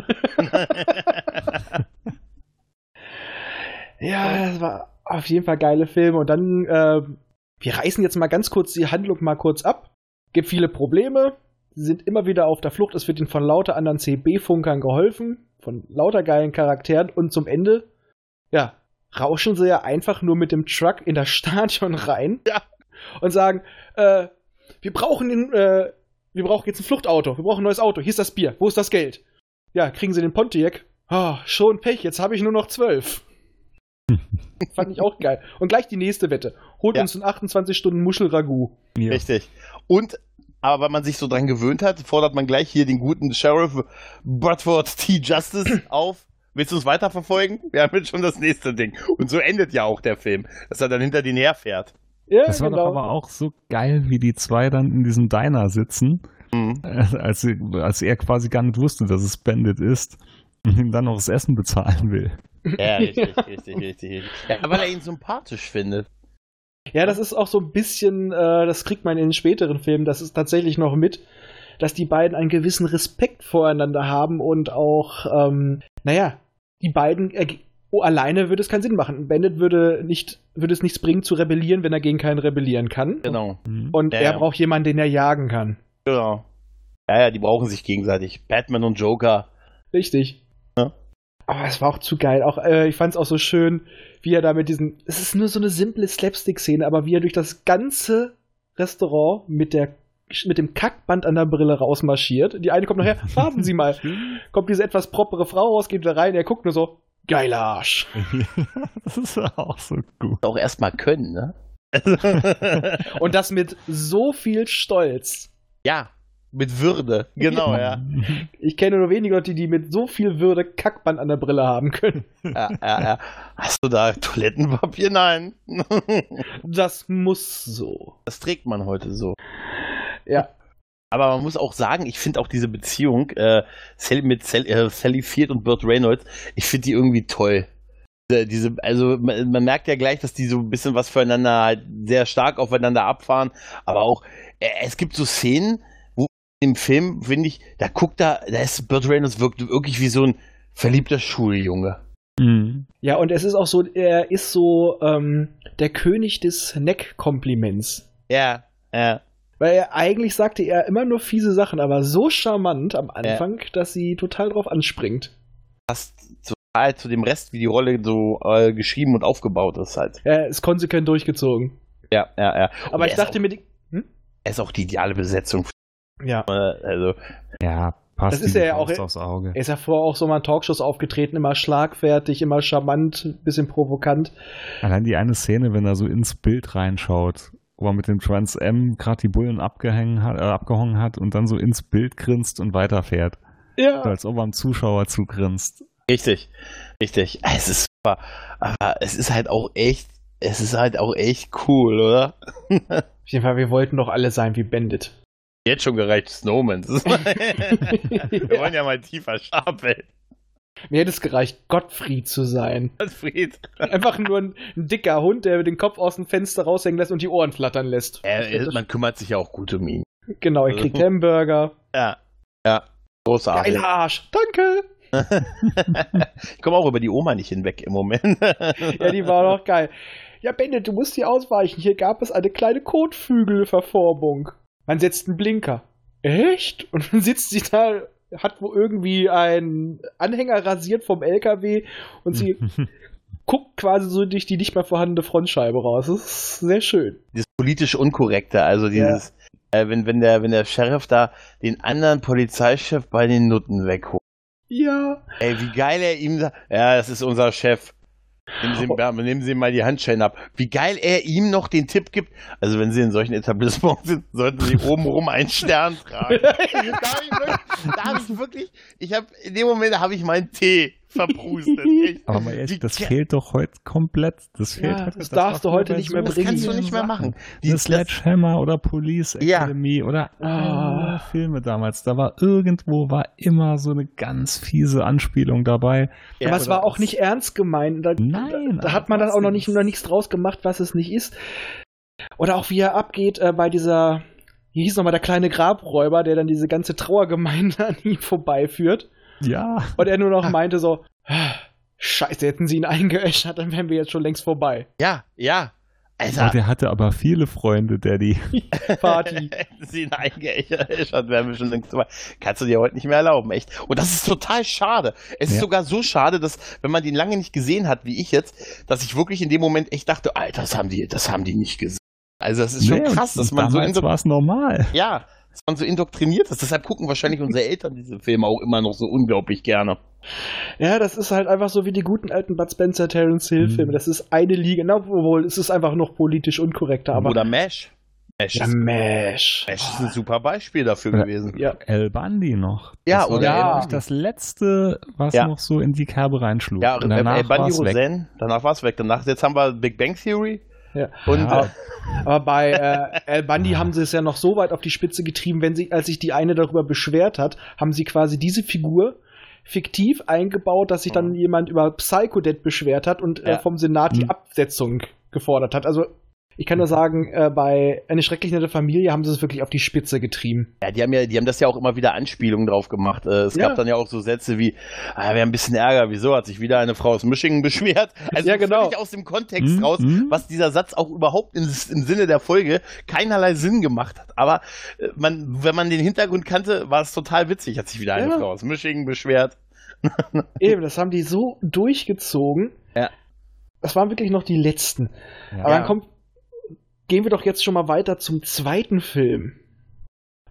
C: Ja, das war auf jeden Fall geile Filme. Und dann, äh, wir reißen jetzt mal ganz kurz die Handlung mal kurz ab. Gibt viele Probleme. Sie sind immer wieder auf der Flucht. Es wird ihnen von lauter anderen CB-Funkern geholfen. Von lauter geilen Charakteren. Und zum Ende, ja, rauschen sie ja einfach nur mit dem Truck in das Stadion rein.
D: Ja.
C: Und sagen, äh, wir brauchen den, äh, wir brauchen jetzt ein Fluchtauto. Wir brauchen ein neues Auto. Hier ist das Bier. Wo ist das Geld? Ja, kriegen sie den Pontiac. Ah, schon Pech. Jetzt habe ich nur noch zwölf. Fand ich auch geil. Und gleich die nächste Wette. Holt
D: Ja.
C: uns in 28 Stunden Muschelragout.
E: Ja.
D: Richtig. Und, aber weil man sich so dran gewöhnt hat, fordert man gleich hier den guten Sheriff Bradford T. Justice auf. Willst du uns weiterverfolgen? Wir haben jetzt schon das nächste Ding. Und so endet ja auch der Film, dass er dann hinter den herfährt.
C: Ja, genau.
E: Das war doch aber auch so geil, wie die zwei dann in diesem Diner sitzen,
D: Mhm.
E: äh, als, sie- als er quasi gar nicht wusste, dass es Bandit ist und ihm dann noch das Essen bezahlen will.
D: Ja, richtig, richtig, richtig, richtig. Ja, weil er ihn sympathisch findet.
C: ja, das ist auch so ein bisschen, äh, das kriegt man in den späteren Filmen, das ist tatsächlich noch mit, dass die beiden einen gewissen Respekt voreinander haben und auch, ähm, naja, die beiden, erg- oh, alleine würde es keinen Sinn machen. Bandit würde, nicht, würde es nichts bringen zu rebellieren, wenn er gegen keinen rebellieren kann.
D: Genau.
E: Mhm.
C: Und
D: Ja,
C: er
D: ja.
C: braucht jemanden, den er jagen kann.
D: Genau. Ja, ja, die brauchen sich gegenseitig. Batman und Joker.
C: Richtig.
D: Ja.
C: Aber es war auch zu geil. Auch, äh, ich fand es auch so schön, wie er da mit diesen. Es ist nur so eine simple Slapstick-Szene, aber wie er durch das ganze Restaurant mit der mit dem Kackband an der Brille rausmarschiert. Die eine kommt nachher, warten Sie mal. kommt diese etwas proppere Frau raus, geht da rein, er guckt nur so, geiler Arsch.
E: das ist auch so gut.
D: Auch erstmal können, ne?
C: Und das mit so viel Stolz.
D: ja, mit Würde. Genau, ja.
E: Mhm.
C: Ich kenne nur wenige Leute, die mit so viel Würde Kackband an der Brille haben können.
D: ja, ja, ja. Hast du da Toilettenpapier? Nein.
C: Das muss so.
D: Das trägt man heute so.
C: Ja.
D: Aber man muss auch sagen, ich finde auch diese Beziehung äh, Sally- mit Sally, äh, Sally Field und Burt Reynolds, ich finde die irgendwie toll. Äh, Diese, also man, man merkt ja gleich, dass die so ein bisschen was füreinander halt sehr stark aufeinander abfahren. Aber auch, äh, es gibt so Szenen, wo im Film, finde ich, da guckt da, da ist Burt Reynolds wirkt wirklich wie so ein verliebter Schuljunge.
E: Mhm.
C: Ja, und es ist auch so, er ist so ähm, der König des Neck-Kompliments.
D: Ja, ja.
C: Weil er eigentlich sagte er immer nur fiese Sachen, aber so charmant am Anfang, dass sie total drauf anspringt.
D: Total zu dem Rest, wie die Rolle so äh, geschrieben und aufgebaut ist halt.
C: Er ist konsequent durchgezogen.
D: Ja, ja, ja. Und
C: Aber
D: er
C: ich
D: ist
C: dachte
D: auch,
C: mir, die,
D: er ist auch die ideale Besetzung.
C: ja,
D: Äh, also
E: Ja, passt
C: Das ist
E: wie die
C: ja auch-
E: Faust aufs Auge.
C: er ist ja vorher auch so mal in Talkshows aufgetreten, immer schlagfertig, immer charmant, bisschen provokant.
E: Allein die eine Szene, wenn er so ins Bild reinschaut, wo er mit dem Trans M gerade die Bullen abgehängt hat, äh, abgehangen hat und dann so ins Bild grinst und weiterfährt.
C: Ja.
E: So, als ob er am Zuschauer zugrinst.
D: Richtig, richtig. Ah, Es ist super. Aber es ist halt auch echt, es ist halt auch echt cool, oder?
C: Auf jeden Fall, wir wollten doch alle sein wie Bandit.
D: Jetzt schon gereicht Snowman. Das ist- Wir
C: ja.
D: wollen ja mal tiefer stapeln.
C: Mir hätte es gereicht, Gottfried zu sein.
D: Fried.
C: Einfach nur ein, ein dicker Hund, der den Kopf aus dem Fenster raushängen lässt und die Ohren flattern lässt.
D: Äh, man kümmert sich ja auch gut um ihn.
C: Genau, er kriegt Hamburger.
D: Ja, ja. Großartig.
C: Geiler Arsch, danke.
D: Ich komme auch über die Oma nicht hinweg im Moment.
C: Ja, die war doch geil. Ja, Bennett, du musst hier ausweichen. Hier gab es eine kleine Kotflügelverformung. Man setzt einen Blinker. Echt? Und dann sitzt sie da, hat wo irgendwie einen Anhänger rasiert vom LKW und sie guckt quasi so durch die nicht mehr vorhandene Frontscheibe raus. Das ist sehr schön.
D: das politisch Unkorrekte, also dieses, äh, wenn, wenn, der, wenn der Sheriff da den anderen Polizeichef bei den Nutten wegholt.
C: Ja.
D: Ey, wie geil er ihm sagt, ja, das ist unser Chef. Nehmen Sie, ihm- nehmen Sie ihm mal die Handschellen ab. Wie geil er ihm noch den Tipp gibt. Also, wenn Sie in solchen Etablissements sind, sollten Sie obenrum einen Stern tragen. da habe ich wirklich, da hab ich, wirklich ich hab, in dem Moment habe ich meinen Tee verprustet. Echt.
E: Aber mal ehrlich,
D: Die-
E: das fehlt doch heute komplett. Das fehlt
C: Ja,
E: heute.
C: das darfst
E: macht
C: du heute
E: man bei
C: nicht mehr
E: so
D: das
C: bringen.
D: kannst du
E: vielen
D: nicht mehr
E: Sachen.
D: machen. Die,
E: Die
D: das,
E: Sledgehammer oder Police
D: Ja.
E: Academy oder
C: Ah.
E: alle Filme damals. Da war irgendwo war immer so eine ganz fiese Anspielung dabei.
D: ja,
C: aber es
D: oder-
C: war auch nicht ernst gemeint. Da,
E: Nein,
C: da hat man das auch noch nicht noch nichts draus gemacht, was es nicht ist. Oder auch wie er abgeht äh, bei dieser, wie hieß nochmal der kleine Grabräuber, der dann diese ganze Trauergemeinde an ihm vorbeiführt.
E: Ja,
C: Und er nur noch meinte so, "Ah, Scheiße, hätten sie ihn eingeäschert, dann wären wir jetzt schon längst vorbei.
D: Ja, ja. Alter,
E: und der hatte aber viele Freunde, Daddy.
C: Party.
D: Hätten sie ihn eingeäschert, wären wir schon längst dabei. Kannst du dir heute nicht mehr erlauben, echt. Und das ist total schade. Es ist
E: Ja.
D: sogar so schade, dass, wenn man den lange nicht gesehen hat, wie ich jetzt, dass ich wirklich in dem Moment echt dachte, Alter, das haben die, das haben die nicht gesehen. Also das ist schon
E: Nee, Ne? und
D: krass, dass man so
E: damals
D: indo-
E: war es normal.
D: ja, dass man so indoktriniert ist. Deshalb gucken wahrscheinlich unsere Eltern diese Filme auch immer noch so unglaublich gerne.
C: Ja, das ist halt einfach so wie die guten alten Bud Spencer, Terence Hill Filme.
E: Mhm.
C: Das ist eine Liga. Na, obwohl, es ist einfach noch politisch unkorrekter, aber.
D: Oder Mesh. Mesh,
C: ja,
D: ist,
C: Mesh.
D: Mesh ist ein super Beispiel dafür
E: Ja.
D: gewesen.
C: Ja.
E: El Bandi noch.
D: Ja,
E: das war,
D: oder
C: El
E: glaub ich,
C: Bundy.
E: das letzte, was
D: Ja.
E: noch so in die Kerbe reinschlug.
D: Ja,
E: Und
D: äh,
E: danach
D: äh, Bundy
E: war's weg.
D: Rosen, danach war es weg. Danach, jetzt haben wir Big Bang Theory.
C: Ja.
D: Und
E: Ja.
D: äh,
C: Aber bei äh, El Bundy haben sie es ja noch so weit auf die Spitze getrieben, wenn sie, als sich die eine darüber beschwert hat, haben sie quasi diese Figur fiktiv eingebaut, dass sich dann jemand über Psychodet beschwert hat und äh,
D: Ja.
C: vom Senat die
E: Mhm.
C: Absetzung gefordert hat. Also ich kann nur sagen, äh, bei Eine schrecklich nette Familie haben sie es wirklich auf die Spitze getrieben.
D: ja, die haben ja, die haben das ja auch immer wieder Anspielungen drauf gemacht. Äh, es
C: Ja.
D: gab dann ja auch so Sätze wie, ah, wir haben ein bisschen Ärger, wieso hat sich wieder eine Frau aus Michigan beschwert? Also
C: Ja, genau.
D: völlig aus dem Kontext
E: Mhm,
D: raus,
E: mhm.
D: was dieser Satz auch überhaupt im, im Sinne der Folge keinerlei Sinn gemacht hat. Aber äh, man, wenn man den Hintergrund kannte, war es total witzig, hat sich wieder eine
C: Ja.
D: Frau aus Michigan beschwert.
C: Eben, das haben die so durchgezogen.
D: Ja.
C: Das waren wirklich noch die letzten.
E: Ja.
C: Aber dann kommt, gehen wir doch jetzt schon mal weiter zum zweiten Film.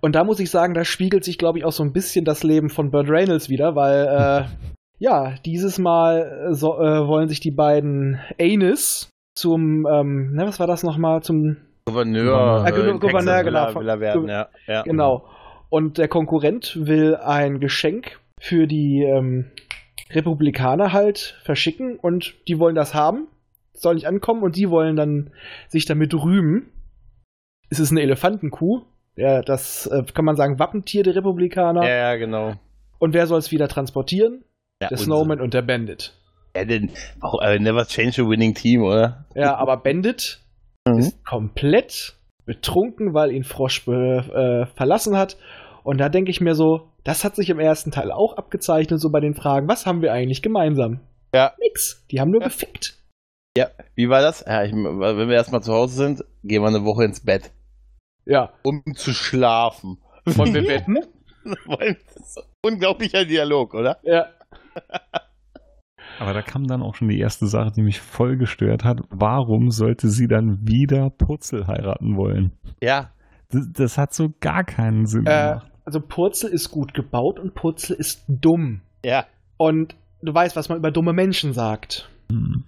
C: Und da muss ich sagen, da spiegelt sich, glaube ich, auch so ein bisschen das Leben von Burt Reynolds wieder, weil, äh, ja, dieses Mal äh, so, äh, wollen sich die beiden Anis zum, ähm, ne, was war das nochmal, zum,
D: Gouverneur,
E: Ah,
D: äh, in Texas will
C: Gouverneur, genau,
D: er-
C: von-
D: will er werden, ja. ja.
C: genau. Und der Konkurrent will ein Geschenk für die ähm, Republikaner halt verschicken und die wollen das haben, soll nicht ankommen und die wollen dann sich damit rühmen. Es ist eine Elefantenkuh, ja, das äh, kann man sagen, Wappentier der Republikaner.
D: Ja, ja, genau.
C: Und wer soll es wieder transportieren?
D: Ja,
C: der
D: und-
C: Snowman und der Bandit.
D: Ja, denn auch äh, Never Change a Winning Team, oder?
C: Ja, aber Bandit
D: Mhm.
C: ist komplett betrunken, weil ihn Frosch be, äh, verlassen hat. Und da denke ich mir so, das hat sich im ersten Teil auch abgezeichnet, so bei den Fragen, was haben wir eigentlich gemeinsam?
D: Ja.
C: Nix. Die haben nur gefickt.
D: Wie war das? Ja, ich, wenn wir erstmal zu Hause sind, gehen wir eine Woche ins Bett,
C: Ja. Ne?
D: um zu schlafen.
C: Wollen wir wetten?
D: Das ist ein Unglaublicher Dialog, oder?
C: ja.
E: Aber da kam dann auch schon die erste Sache, die mich voll gestört hat. Warum sollte sie dann wieder Purzel heiraten wollen?
D: Ja.
E: Das, das hat so gar keinen Sinn
C: Äh,
E: gemacht.
C: also Purzel ist gut gebaut und Purzel ist dumm.
D: Ja.
C: Und du weißt, was man über dumme Menschen sagt.
E: Und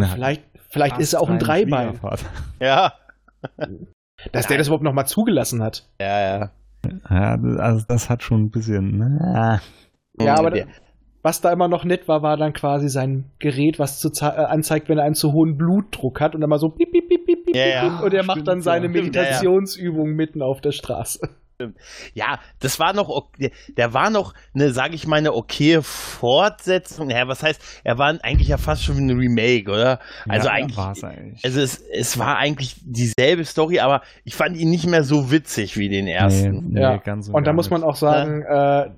E: er hat
C: Vielleicht, vielleicht ist er auch ein
E: fast einen
C: Dreibein,
E: Schwiegervater.
D: Ja.
C: dass der das überhaupt nochmal zugelassen hat.
D: Ja, ja.
E: Ja, das- also das hat schon ein bisschen. ne? Na,
C: Ja, aber
D: der,
C: Was da immer noch nett war, war dann quasi sein Gerät, was zu ze- äh, anzeigt, wenn er einen zu hohen Blutdruck hat und dann mal so piep, piep, piep, piep, piep,
D: Ja, ja.
C: piep und er
E: Stimmt,
C: macht dann
E: ja.
C: seine
D: Stimmt, ja, ja.
C: Meditationsübung mitten auf der Straße.
D: ja, das war noch, ok- der, der war noch eine, sage ich mal, eine okaye Fortsetzung. Naja, was heißt, er war eigentlich ja fast schon ein Remake, oder? Also
E: ja,
D: eigentlich,
E: war's eigentlich.
D: also es, es war eigentlich dieselbe Story, aber ich fand ihn nicht mehr so witzig wie den ersten.
E: Nee, nee,
C: Ja.
E: ganz
C: Und da
E: gar
C: muss
E: nicht.
C: man auch sagen, äh,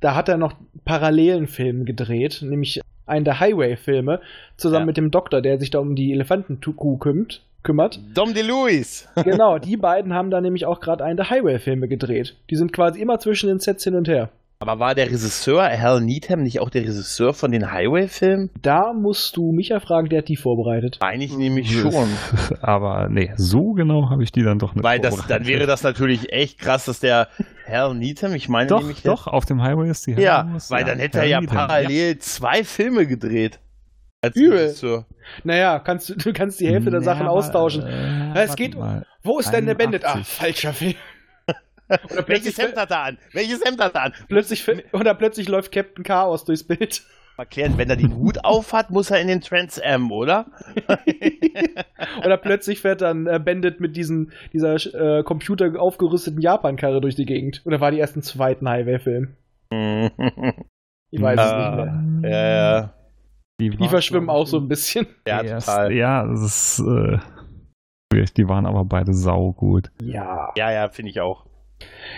C: da hat er noch parallelen Film gedreht, nämlich einen der Highway-Filme, zusammen
D: Ja.
C: mit dem Doktor, der sich da um die Elefantenkuh kümmert. kümmert.
D: Dom DeLuise.
C: genau, die beiden haben da nämlich auch gerade einen der Highway-Filme gedreht. Die sind quasi immer zwischen den Sets hin und her.
D: Aber war der Regisseur Hal Needham nicht auch der Regisseur von den Highway-Filmen?
C: Da musst du Micha fragen, der hat die vorbereitet.
D: Meine ich nämlich schon.
E: Aber nee, so genau habe ich die dann doch nicht.
D: Weil das, dann
E: vorbereitet.
D: wäre das natürlich echt krass, dass der Hal Needham, ich meine
E: Doch,
D: nämlich
E: doch, auf dem Highway ist die
D: Der, ja,
E: Herrenhaus,
D: weil dann hätte er ja
E: Herrenlieder.
D: parallel zwei Filme gedreht. Als
C: Übel.
D: Regisseur.
C: Naja, kannst du, du kannst die Hälfte der
E: Ja,
C: Sachen
E: aber,
C: austauschen.
E: äh,
C: Es
E: warte
C: geht-
E: mal.
C: Wo ist denn der Bandit? Ah,
E: 81.
C: falscher Film. Oder
D: Welches
C: plötzlich,
D: Hemd hat er an? Welches Hemd hat er an?
C: plötzlich, oder plötzlich läuft Captain Chaos durchs Bild.
D: erklären, wenn er den Hut auf hat, muss er in den Trans Am, oder?
C: Oder plötzlich fährt dann äh, Bandit mit diesen, dieser äh, Computer aufgerüsteten Japan-Karre durch die Gegend. Oder war die erst im zweiten Highway-Film? Ich weiß
D: Ah.
C: es nicht mehr.
D: ja, ja.
E: Die,
C: Die
E: waren,
C: verschwimmen
E: glaub
C: auch so ein bisschen.
E: Äh, ich,
D: Ja,
E: erst-
D: total.
E: Ja, das ist. Äh, schwierig. die waren aber beide saugut.
C: Ja.
D: Ja, ja, finde ich auch.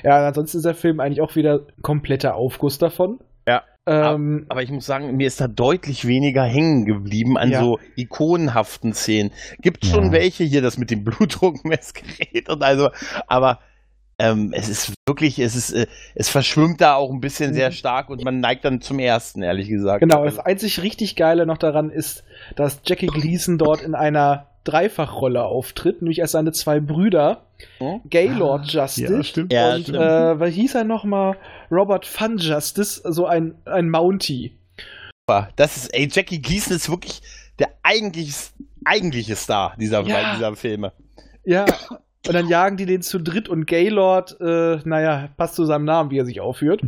C: Ja, ansonsten ist der Film eigentlich auch wieder kompletter Aufguss davon.
D: Ja.
C: Ähm,
D: Aber ich muss sagen, mir ist da deutlich weniger hängen geblieben an
C: Ja.
D: so ikonenhaften Szenen. Gibt
E: Ja.
D: schon welche hier, das mit dem Blutdruckmessgerät und also, aber ähm, es ist wirklich, es ist, äh, es verschwimmt da auch ein bisschen sehr stark und man neigt dann zum ersten, ehrlich gesagt.
C: Mhm. genau, das
D: Also,
C: einzig richtig Geile noch daran ist, dass Jackie Gleason dort in einer Dreifachrolle auftritt, nämlich als seine zwei Brüder,
D: Hm?
C: Gaylord Justice
E: Ah, Ja, stimmt.
D: Ja,
C: und
D: stimmt.
C: äh, was hieß er nochmal? Robert Fun Justice, so ein, ein Mountie.
D: super. Das ist, ey, Jackie Gleason ist wirklich der eigentlich, eigentliche Star dieser,
C: Ja.
D: dieser Filme.
C: Ja. Und dann jagen die den zu dritt und Gaylord, äh, naja, passt zu seinem Namen, wie er sich aufführt.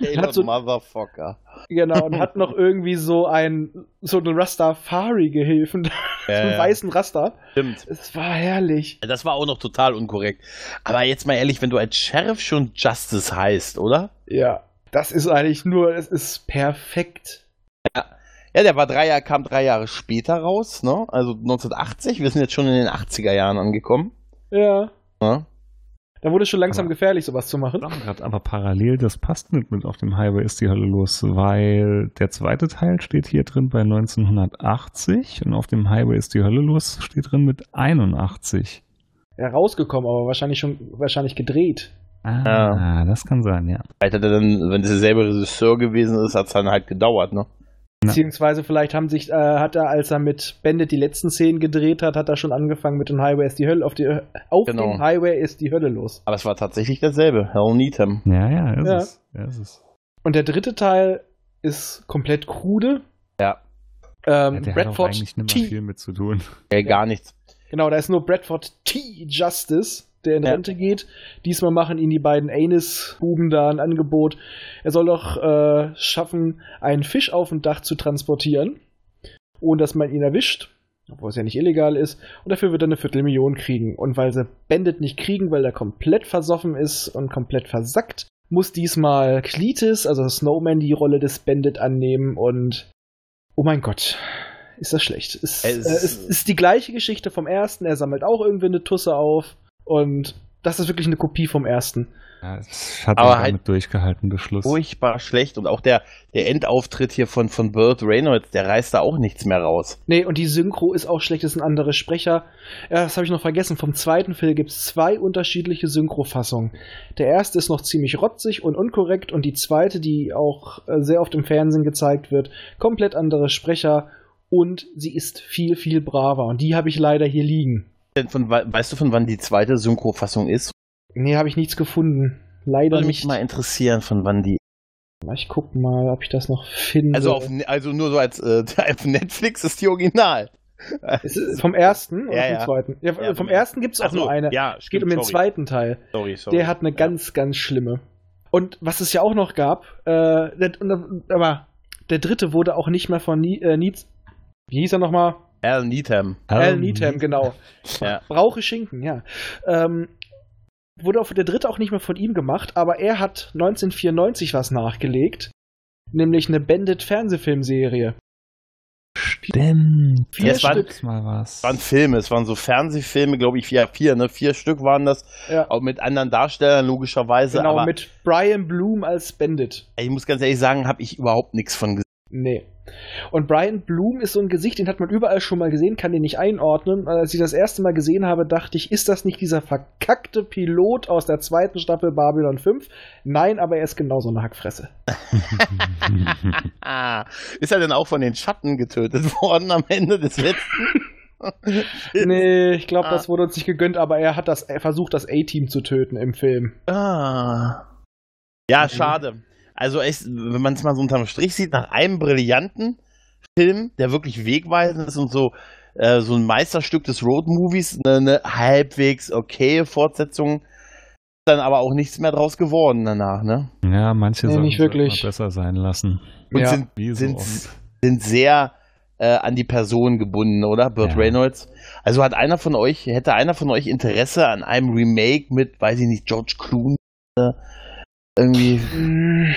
D: Taylor
C: so-
D: Motherfucker.
C: Genau, und hat noch irgendwie so ein so einen Rastafari-Gehilfen, so einen weißen Rasta.
D: Stimmt.
C: Es war herrlich.
D: Das war auch noch total unkorrekt. Aber jetzt mal ehrlich, wenn du als Sheriff schon Justice heißt, oder?
C: Ja. Das ist eigentlich nur, es ist perfekt.
D: Ja, der war drei Jahre, kam drei Jahre später raus, ne? Also 1980. Wir sind jetzt schon in den 80er Jahren angekommen.
C: Ja.
D: Ne?
C: Da wurde es schon langsam
E: Aber-
C: gefährlich, sowas zu machen.
E: Verdammt, grad, aber parallel, das passt nicht mit auf dem Highway ist die Hölle los, weil der zweite Teil steht hier drin bei 1980 und auf dem Highway ist die Hölle los steht drin mit 81.
C: Ja, rausgekommen, aber wahrscheinlich schon, wahrscheinlich gedreht.
E: Ah,
D: Ja.
E: das kann sein, ja.
D: Vielleicht hat er dann, wenn es derselbe Regisseur gewesen ist, hat es dann halt gedauert, ne?
E: Ja.
C: Beziehungsweise vielleicht haben sich, äh, hat er, als er mit Bandit die letzten Szenen gedreht hat, hat er schon angefangen mit dem Highway ist die Hölle, auf, die, auf
D: Genau.
C: dem Highway ist die Hölle los.
D: Aber es war tatsächlich derselbe. Hell Needham.
E: Ja, ja, ist
C: Ja.
E: es. Ja, ist es.
C: Und der dritte Teil ist komplett krude.
D: Ja.
E: Ja,
C: Ähm,
E: der hat auch
C: Bradford
E: eigentlich nicht mehr
C: T.
E: viel mit zu tun.
D: Ey, gar nichts.
C: Genau, da ist nur Bradford T. Justice, der in
D: Ja.
C: Rente geht. Diesmal machen ihn die beiden Anis-Buben da ein Angebot. Er soll doch äh, schaffen, einen Fisch auf dem Dach zu transportieren, ohne dass man ihn erwischt. Obwohl es ja nicht illegal ist. Und dafür wird er eine Viertelmillion kriegen. Und weil sie Bandit nicht kriegen, weil er komplett versoffen ist und komplett versackt, muss diesmal Cletus, also Snowman, die Rolle des Bandit annehmen. Und oh mein Gott, ist das schlecht.
D: Es-
C: Ist, äh, ist, ist die gleiche Geschichte vom ersten. Er sammelt auch irgendwie eine Tusse auf. Und das ist wirklich eine Kopie vom ersten.
E: Ja, es hat
D: Aber
E: aber
D: halt-
E: damit durchgehalten, bis Schluss.
D: Furchtbar schlecht. Und auch der, der Endauftritt hier von, von Burt Reynolds, der reißt da auch nichts mehr raus.
C: Nee, und die Synchro ist auch schlecht, das sind andere Sprecher. Ja, das habe ich noch vergessen. Vom zweiten Film gibt es zwei unterschiedliche Synchrofassungen. Der erste ist noch ziemlich rotzig und unkorrekt und die zweite, die auch äh, sehr oft im Fernsehen gezeigt wird, komplett andere Sprecher und sie ist viel, viel braver. Und die habe ich leider hier liegen.
D: Denn von, wa- weißt du, von wann die zweite Synchrofassung ist?
C: Nee, habe ich nichts gefunden. Leider
D: Würde mich
C: nicht.
D: mal interessieren, von wann die
C: Ich guck mal, ob ich das noch finde.
D: Also, auf, also nur so als äh, auf Netflix ist die Original.
C: Ist es vom ersten oder
D: Ja,
C: vom
D: ja.
C: zweiten? Ja,
D: Ja,
C: vom
D: vom
C: ersten gibt es auch
D: Ach so,
C: nur eine.
D: Ja,
C: es geht um den zweiten Teil.
D: Sorry, sorry.
C: Der hat eine ganz, ganz schlimme. Und was es ja auch noch gab, äh, der, und- aber der dritte wurde auch nicht mehr von Nie, äh, Nietz. Wie hieß er nochmal?
D: Al Needham.
C: Al Needham, genau.
D: Ähm, Ja.
C: Brauche Schinken, ja. Ähm, wurde auch der dritte auch nicht mehr von ihm gemacht, aber er hat 1994 was nachgelegt. Nämlich eine Bandit-Fernsehfilmserie.
E: Stimmt.
C: Vier
D: Ja, es waren-
C: Stück.
E: Jetzt mal was.
D: Es waren Filme, es waren so Fernsehfilme, glaube ich, vier, vier, ne? Vier Stück waren das.
C: Ja,
D: Auch mit anderen Darstellern, logischerweise.
C: genau,
D: aber
C: mit Brian Bloom als Bandit.
D: ich muss ganz ehrlich sagen, habe ich überhaupt nichts von gesehen.
C: Nee. Und Brian Bloom ist so ein Gesicht, den hat man überall schon mal gesehen, kann den nicht einordnen. Als ich das erste Mal gesehen habe, dachte ich, ist das nicht dieser verkackte Pilot aus der zweiten Staffel Babylon 5? Nein, aber er ist genauso eine Hackfresse.
D: Ah, ist er denn auch von den Schatten getötet worden am Ende des letzten?
C: Nee, ich glaube,
D: Ah.
C: das wurde uns nicht gegönnt, aber er hat das, er versucht, das A-Team zu töten im Film.
D: Ah. Ja,
E: Mhm.
D: schade. Also echt, wenn man es mal so unterm Strich sieht, nach einem brillanten Film, der wirklich wegweisend ist und so, äh, ne, so ein Meisterstück des Road-Movies, eine, eine halbwegs okaye Fortsetzung, dann aber auch nichts mehr draus geworden danach, ne?
E: Ja, manche
C: Nee,
E: Sachen
C: nicht
E: sollte man
C: wirklich.
E: besser sein lassen.
D: Und
C: Ja.
D: sind,
E: Wie so
D: sind,
E: oft.
D: sind sehr äh, an die Person gebunden, oder? Burt
E: Ja.
D: Reynolds. Also hat einer von euch, hätte einer von euch Interesse an einem Remake mit, weiß ich nicht, George Clooney? äh, Irgendwie.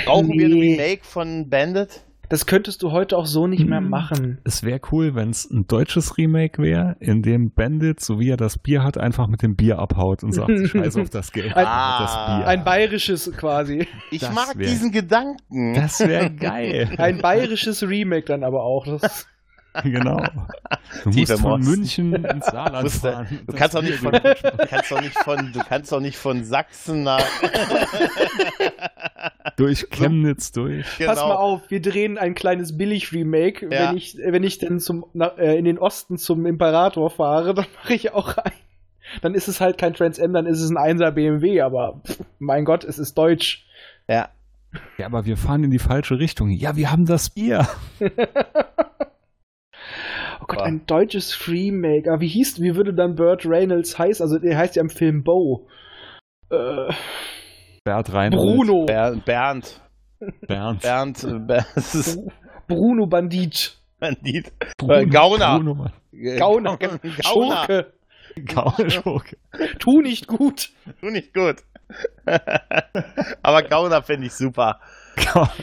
D: Brauchen wir ein
C: Nee.
D: Remake von Bandit?
C: Das könntest du heute auch so nicht mehr
E: Mhm.
C: machen.
E: Es wäre cool, wenn es ein deutsches Remake wäre, in dem Bandit, so wie er das Bier hat, einfach mit dem Bier abhaut und sagt, scheiß auf das Geld.
C: Ein-
D: Ah.
E: das Bier.
C: Ein bayerisches quasi.
D: Ich
E: Das
D: mag
E: wär-
D: diesen Gedanken.
E: das wäre geil.
C: Ein bayerisches Remake dann aber auch. Das,
E: genau. Du musst
D: Tiefer
E: von
D: Moss.
E: München ins Saarland
D: Musst du-
E: fahren.
D: Du
E: Das
D: kannst, doch
E: Bier
D: nicht von,
E: geht.
D: du, kannst doch nicht von, du kannst doch nicht von Sachsen nach.
E: durch Chemnitz durch.
D: genau.
C: Pass mal auf, wir drehen ein kleines Billig-Remake.
D: Ja.
C: Wenn ich, wenn ich dann zum, na, äh, in den Osten zum Imperator fahre, dann mache ich auch ein. Dann ist es halt kein Trans M, dann ist es ein 1er BMW, aber pff, mein Gott, es ist deutsch.
D: Ja.
E: Ja, aber wir fahren in die falsche Richtung. Ja, wir haben das Bier.
C: Oh Gott,
D: Boah.
C: ein deutsches Remake. Aber wie hieß, wie würde dann Burt Reynolds heißen? Also, der heißt ja im Film Bo. Äh,
E: Bert rein.
C: Bruno.
D: Ber- Bernd.
E: Bernd.
D: Bernd. äh, Ber- Das ist
C: Bruno Bandit.
D: Bandit. Äh, Gauner.
E: Bruno.
C: Gauner.
D: Genau. Gauner.
C: Schurke.
E: Gauner. Schurke.
C: Tu nicht gut.
D: Du nicht gut. Aber Gauner finde ich super.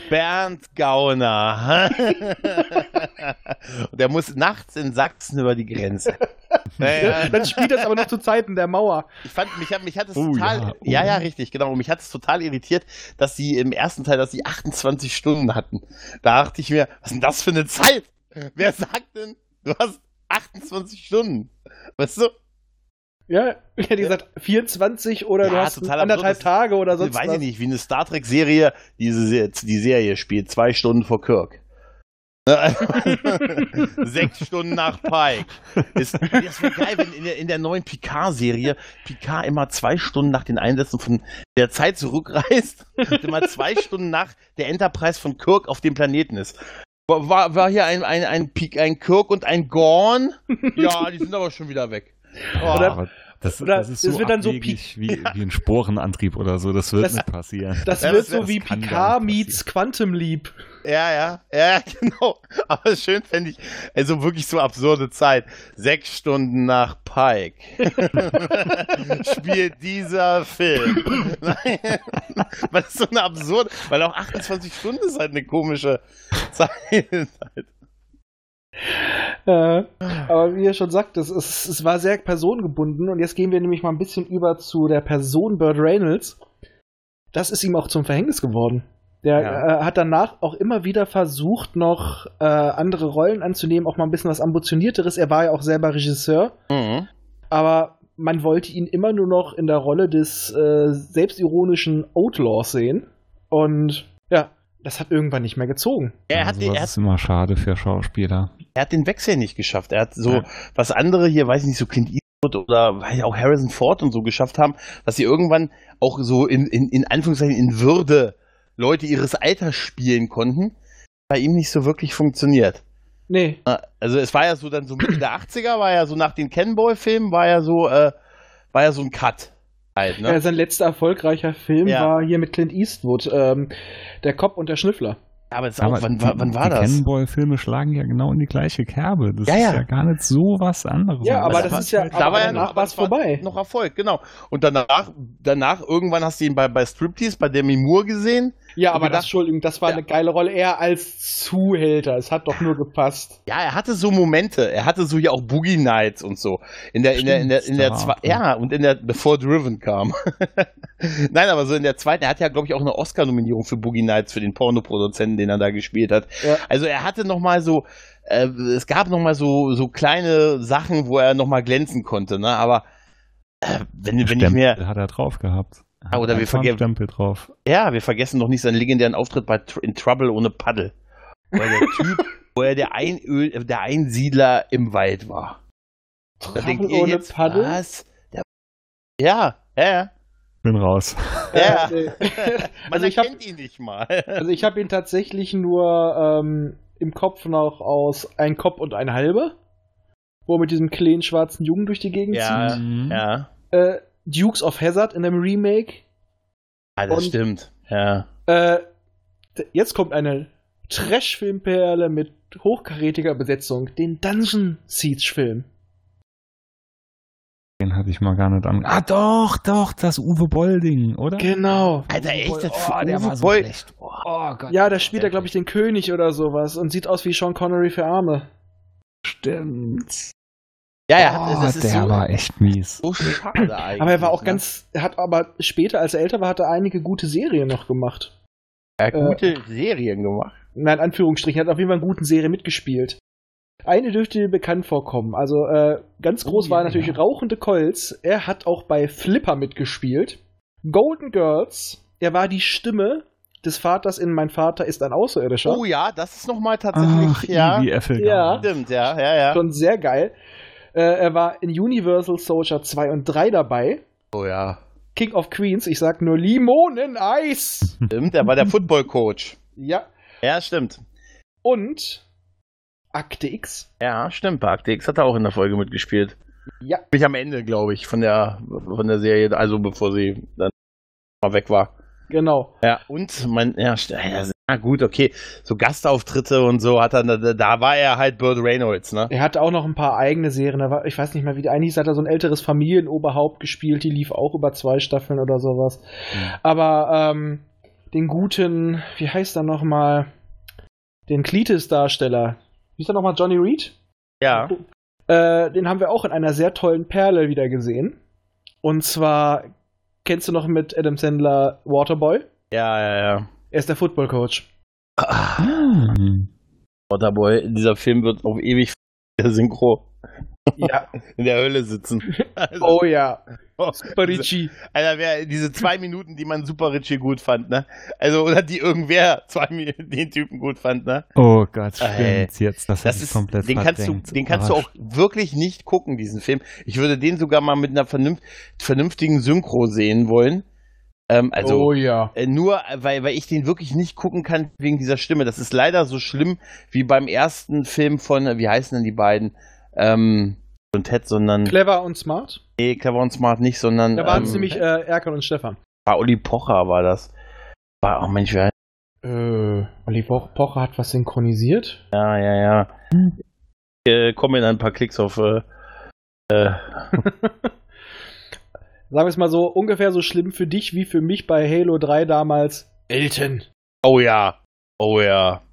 D: Bernd Gauner. Und der muss nachts in Sachsen über die Grenze. Naja,
C: Dann spielt das aber noch zu Zeiten der Mauer.
D: ich fand, mich, hat- mich hat es
E: Oh,
D: total. Ja,
E: ja, oh.
D: ja, richtig, genau. Mich hat es total irritiert, dass sie im ersten Teil, dass sie 28 Stunden hatten. Da dachte ich mir, was ist denn das für eine Zeit? Äh, Wer sagt denn, du hast 28 Stunden? Weißt du?
C: Ja, ich hätte gesagt 24 oder
D: Ja,
C: du hast
D: total
C: anderthalb
D: absurd.
C: Tage oder sonst
D: Ich weiß
C: was.
D: ich nicht, wie eine Star Trek-Serie, diese Se- die Serie spielt, zwei Stunden vor Kirk. Ne, also, Sechs Stunden nach Pike. Ist, das wäre geil, wenn in der, in der neuen Picard-Serie Picard immer zwei Stunden nach den Einsätzen von der Zeit zurückreist und immer zwei Stunden nach der Enterprise von Kirk auf dem Planeten ist. War, war, war hier ein, ein, ein, Pik- ein Kirk und ein Gorn? Oh. Ja, die sind aber schon wieder weg.
E: Ja,
C: Oder-
E: aber das,
C: oder
E: das ist
C: das
E: so
C: wird dann so
E: abwegig wie, wie ein Sporenantrieb oder so. Das wird
C: Das-
E: nicht passieren.
C: Das
D: Ja,
C: wird
D: das wär-
C: so wie
E: das kann gar
C: Picard
E: nicht
C: meets Quantum Leap.
D: Ja, ja, ja, genau. Aber schön fände ich, also wirklich so absurde Zeit. Sechs Stunden nach Pike spielt dieser Film. Nein, weil das ist so eine absurde, weil auch 28 Stunden ist halt eine komische Zeit.
C: Äh, aber wie ihr schon sagt, es, es, es war sehr personengebunden und jetzt gehen wir nämlich mal ein bisschen über zu der Person Burt Reynolds. Das ist ihm auch zum Verhängnis geworden. Der
E: Ja.
C: äh, hat danach auch immer wieder versucht, noch äh, andere Rollen anzunehmen, auch mal ein bisschen was ambitionierteres. Er war ja auch selber Regisseur.
D: Mhm.
C: aber man wollte ihn immer nur noch in der Rolle des äh, selbstironischen Outlaws sehen. Und ja, das hat irgendwann nicht mehr gezogen.
D: Er, hat,
E: also,
D: die-
E: das
D: er, hat,
E: ist immer schade für Schauspieler.
D: er hat den Wechsel nicht geschafft. Er hat so,
E: Ja.
D: was andere hier, weiß ich nicht, so Clint Eastwood oder weiß ich auch Harrison Ford und so geschafft haben, dass sie irgendwann auch so in, in, in Anführungszeichen in Würde Leute ihres Alters spielen konnten, bei ihm nicht so wirklich funktioniert.
C: Nee,
D: Na, Also es war ja so dann so Mitte der 80er, war ja so nach den Kenboy-Filmen, war ja so, äh, war ja so ein Cut. Halt,
C: äh,
D: ne?
C: sein letzter erfolgreicher Film
D: Ja.
C: war hier mit Clint Eastwood, ähm, Der Kopf und der Schnüffler.
D: Aber das ist
C: Genau,
D: auch, wann, wann, wann war
E: die
D: das?
E: Cannonball-Filme schlagen ja genau in die gleiche Kerbe. Das
D: Ja,
E: ist
D: ja.
E: ja gar nicht so was anderes.
C: Ja, aber das
E: war-
C: ist ja-
E: halt-
D: Da
C: aber
D: war ja
C: danach
D: noch,
C: war's
D: das war
C: vorbei.
D: Noch Erfolg, genau. Und danach, danach irgendwann hast du ihn bei, bei Striptease, bei Demi Moore gesehen.
C: Ja, aber
D: aber
C: das,
D: das-
C: Entschuldigung, das war
D: Ja.
C: eine geile Rolle. Er als Zuhälter, es hat doch nur gepasst.
D: Ja, er hatte so Momente. Er hatte so ja auch Boogie Nights und so. In der, in der, in der, in der,
E: Stimmt,
D: zwei,
E: da war auch
D: ja, und in der, bevor Driven kam. Nein, aber so in der zweiten, er hat ja, glaube ich, auch eine Oscar-Nominierung für Boogie Nights, für den Pornoproduzenten, den er da gespielt hat.
C: Ja.
D: Also er hatte nochmal so, äh, es gab nochmal so, so kleine Sachen, wo er nochmal glänzen konnte, ne, aber, äh, wenn, wenn ich
E: Stempel
D: mir,
E: hat er drauf gehabt. Er
D: Ah,
E: hat
D: oder wir
E: einfach einen
D: vergeben-
E: Stempel drauf.
D: ja, wir vergessen doch nicht seinen legendären Auftritt bei Tr in Trouble ohne Paddel. Wo er der Typ, wo er der, Einöl, der Einsiedler im Wald war. Da denkt ihr
C: ohne
D: jetzt,
C: Paddel?
D: Was? Der ja, ja,
E: Bin raus.
D: ja.
C: Äh,
D: ja. Man
C: Also ich hab-
D: erkennt ihn nicht mal.
C: Also ich habe ihn tatsächlich nur ähm, im Kopf noch aus Ein Kopf und ein Halber, wo er mit diesem kleinen schwarzen Jungen durch die Gegend zieht.
D: Ja,
E: Mhm.
D: ja.
C: äh, Dukes of Hazard in einem Remake.
D: Ah, das
C: Und-
D: stimmt. Ja.
C: Äh, d- jetzt kommt eine Trash-Filmperle mit hochkarätiger Besetzung, den Dungeon Siege-Film.
E: Den hatte ich mal gar nicht an. Ah, doch, doch, das Uwe Bolding, oder?
C: Genau.
D: Alter, echt? Das
E: oh, der
D: Uwe
E: war so
D: Boll-
E: schlecht. Oh, Gott.
C: Ja, da spielt er, glaube ich, den König oder sowas und sieht aus wie Sean Connery für Arme.
E: Stimmt.
D: Ja, ja,
E: Oh,
D: das ist
E: der
D: so,
E: war echt mies.
D: so schade eigentlich.
C: Aber er war auch
D: ne?
C: ganz, er hat aber später, als er älter war, hat er einige gute Serien noch gemacht.
D: Er hat gute Serien gemacht.
C: Nein, Anführungsstrichen, hat auf jeden Fall in guten Serien mitgespielt. Eine dürfte dir bekannt vorkommen. Also äh, ganz
E: Oh,
C: groß war
E: ja,
C: natürlich
E: ja.
C: Rauchende Colts. Er hat auch bei Flipper mitgespielt. Golden Girls. Er war die Stimme des Vaters in Mein Vater ist ein Außerirdischer.
D: Oh ja, das ist nochmal tatsächlich. ja,
E: Ivy Effel.
C: Ja.
D: stimmt, ja, ja, ja.
C: Schon sehr geil. Äh, er war in Universal Soldier 2 und 3 dabei.
D: Oh ja.
C: King of Queens. Ich sag nur Limoneneis.
D: Stimmt, er war der Football-Coach.
C: ja.
D: Ja, stimmt.
C: Und Akte X.
D: Ja, stimmt. Park DX hat er auch in der Folge mitgespielt.
C: Ja.
D: Mich am Ende, glaube ich, von der, von der Serie, also bevor sie dann mal weg war.
C: Genau.
D: Ja, und mein, ja, st- ja, ja, gut, okay. So Gastauftritte und so hat er, da, da war er halt Burt Reynolds, ne?
C: Er hatte auch noch ein paar eigene Serien. Er war, ich weiß nicht mehr, wie die eigentlich hat er so ein älteres Familienoberhaupt gespielt. Die lief auch über zwei Staffeln oder sowas. Mhm. Aber ähm, den guten, wie heißt er nochmal? Den Cletus-Darsteller. Wie ist er nochmal? Johnny Reed?
D: Ja.
C: Äh, den haben wir auch in einer sehr tollen Perle wieder gesehen. Und zwar, kennst du noch mit Adam Sandler Waterboy?
D: Ja, ja, ja.
C: Er ist der Football-Coach.
E: Ah.
D: Waterboy, dieser Film wird auf ewig der Synchro
C: Ja.
D: in der Hölle sitzen. Also,
C: Oh ja.
D: oh,
C: Parici.
D: Alter, wer, diese zwei Minuten, die man Super Richie gut fand, ne? Also, oder die irgendwer zwei Minuten den Typen gut fand, ne?
E: Oh Gott,
D: Ey,
E: stimmt. Jetzt, das,
D: Äh, Das
E: ist
D: ist,
E: komplett
D: den kannst du,
E: verdrängt. Oh,
D: den kannst du
E: Aber
D: auch wirklich nicht gucken, diesen Film. Ich würde den sogar mal mit einer vernünft, vernünftigen Synchro sehen wollen. Ähm, also,
C: oh ja.
D: äh, nur äh, weil, weil ich den wirklich nicht gucken kann wegen dieser Stimme. Das ist leider so schlimm wie beim ersten Film von, äh, wie heißen denn die beiden? Ähm, und Ted, sondern
C: Clever und smart.
D: nee, Clever und Smart nicht, sondern
C: Da waren
D: ähm,
C: es nämlich äh, Erkan und Stefan.
D: war Olli Pocher war das. War, oh Mensch, wer,
C: Äh, Olli Poch- Pocher hat was synchronisiert.
D: ja, ja, ja. Äh, komm in ein paar Klicks auf äh, äh,
C: Sagen wir es mal so, ungefähr so schlimm für dich wie für mich bei Halo 3 damals. Elton.
D: Oh ja. Oh ja.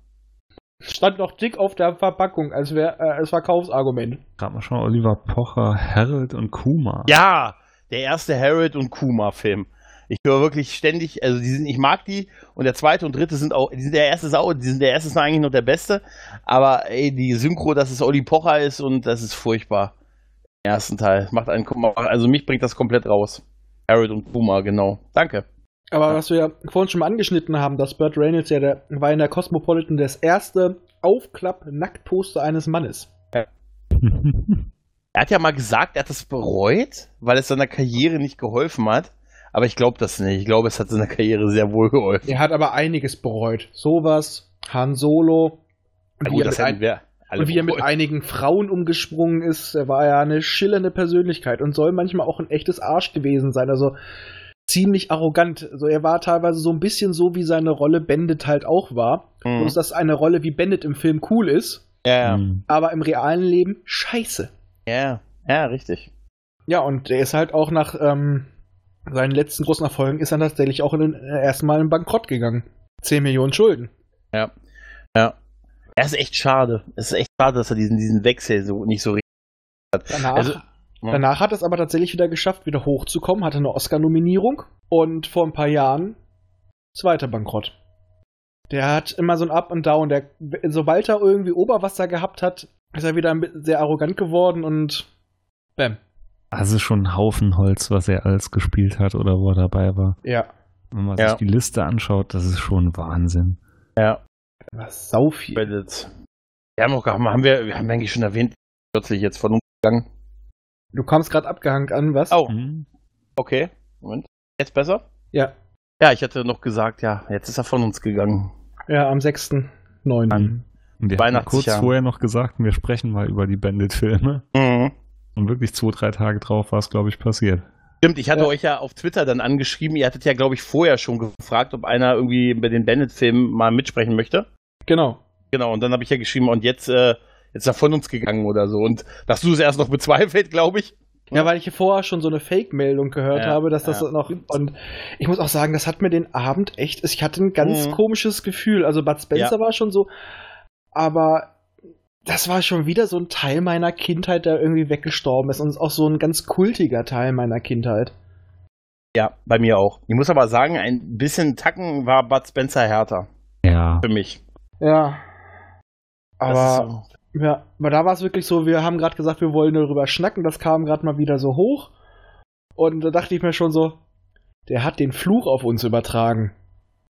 C: Stand noch dick auf der Verpackung als, wär, äh, als Verkaufsargument.
E: Gerade mal schauen, Oliver Pocher, Harold und Kuma.
D: Ja, der erste Harold und Kuma Film. Ich höre wirklich ständig, also die sind, ich mag die und der zweite und dritte sind auch, die sind der erste Sau, die sind der erste ist eigentlich noch der beste, aber ey, die Synchro, dass es Olli Pocher ist und das ist furchtbar. Im ersten Teil. Macht einen, also mich bringt das komplett raus. Harold und Kuma, genau. Danke.
C: Aber was wir ja vorhin schon mal angeschnitten haben, dass Burt Reynolds ja der, war in der Cosmopolitan das erste Aufklapp-Nacktposter eines Mannes.
D: Er hat ja mal gesagt, er hat das bereut, weil es seiner Karriere nicht geholfen hat. Aber ich glaube das nicht. Ich glaube, es hat seiner Karriere sehr wohl geholfen.
C: Er hat aber einiges bereut. Sowas, Han Solo. Und wie, er mit, ein,
D: wir alle
C: und wie er mit
D: bereut.
C: einigen Frauen umgesprungen ist. Er war ja eine schillernde Persönlichkeit und soll manchmal auch ein echtes Arsch gewesen sein. Also ziemlich arrogant. Also er war teilweise so ein bisschen so, wie seine Rolle Bandit halt auch war.
D: Mhm.
C: Bloß, dass eine Rolle wie Bandit im Film cool ist,
D: Ja, ja.
E: Hm.
C: aber im realen Leben scheiße.
D: Ja, ja, richtig.
C: Ja, und er ist halt auch nach ähm, seinen letzten großen Erfolgen ist er tatsächlich auch in den, äh, erstmal in Bankrott gegangen. 10 Millionen Schulden.
D: Er ist echt schade. Es ist echt schade, dass er diesen, diesen Wechsel so nicht so richtig.
C: Danach,
D: Also, ja.
C: danach hat er es aber tatsächlich wieder geschafft, wieder hochzukommen, hatte eine Oscar-Nominierung und vor ein paar Jahren zweiter Bankrott. Der hat immer so ein Up und Down. Der, sobald er irgendwie Oberwasser gehabt hat, ist er wieder ein bisschen sehr arrogant geworden und bam.
E: Also schon ein Haufen Holz, was er alles gespielt hat oder wo er dabei war.
C: Ja.
E: Wenn man
D: Ja.
E: sich die Liste anschaut, das ist schon Wahnsinn.
C: Was sau viel.
D: Credits. Wir haben auch gar- haben wir, wir haben eigentlich schon erwähnt, kürzlich jetzt von uns gegangen.
C: Du kommst gerade abgehangt an, was?
D: Oh,
E: Hm.
D: okay. Moment. Jetzt besser?
C: Ja.
D: Ja, ich hatte noch gesagt, ja, jetzt ist er von uns gegangen.
C: Ja, am 6.9.
E: An- Und wir haben
D: Weihnachts-
E: kurz
D: Jahr.
E: vorher noch gesagt, wir sprechen mal über die Bandit-Filme.
D: Mhm.
E: Und wirklich zwei, drei Tage drauf war es, glaube ich, passiert.
D: Stimmt, ich hatte
C: Ja.
D: euch ja auf Twitter dann angeschrieben. Ihr hattet ja, glaube ich, vorher schon gefragt, ob einer irgendwie bei den Bennett-Filmen mal mitsprechen möchte.
C: Genau.
D: Genau, und dann habe ich ja geschrieben, und jetzt, äh, jetzt ist er von uns gegangen oder so. Und dass du es erst noch bezweifelt, glaube ich.
C: Ja, weil ich hier vorher schon so eine Fake-Meldung gehört
D: Ja,
C: habe, dass das
D: ja.
C: noch. Und ich muss auch sagen, das hat mir den Abend echt. Ich hatte ein ganz
D: Mhm.
C: komisches Gefühl. Also Bud Spencer war schon so, aber das war schon wieder so ein Teil meiner Kindheit, der irgendwie weggestorben ist. Und auch so ein ganz kultiger Teil meiner Kindheit.
D: Ja, bei mir auch. Ich muss aber sagen, ein bisschen Tacken war Bud Spencer härter
E: Ja.
D: für mich.
C: Ja.
D: Das
C: Aber,
D: ist so.
C: ja, aber da war es wirklich so, wir haben gerade gesagt, wir wollen darüber schnacken, das kam gerade mal wieder so hoch. Und da dachte ich mir schon so, der hat den Fluch auf uns übertragen.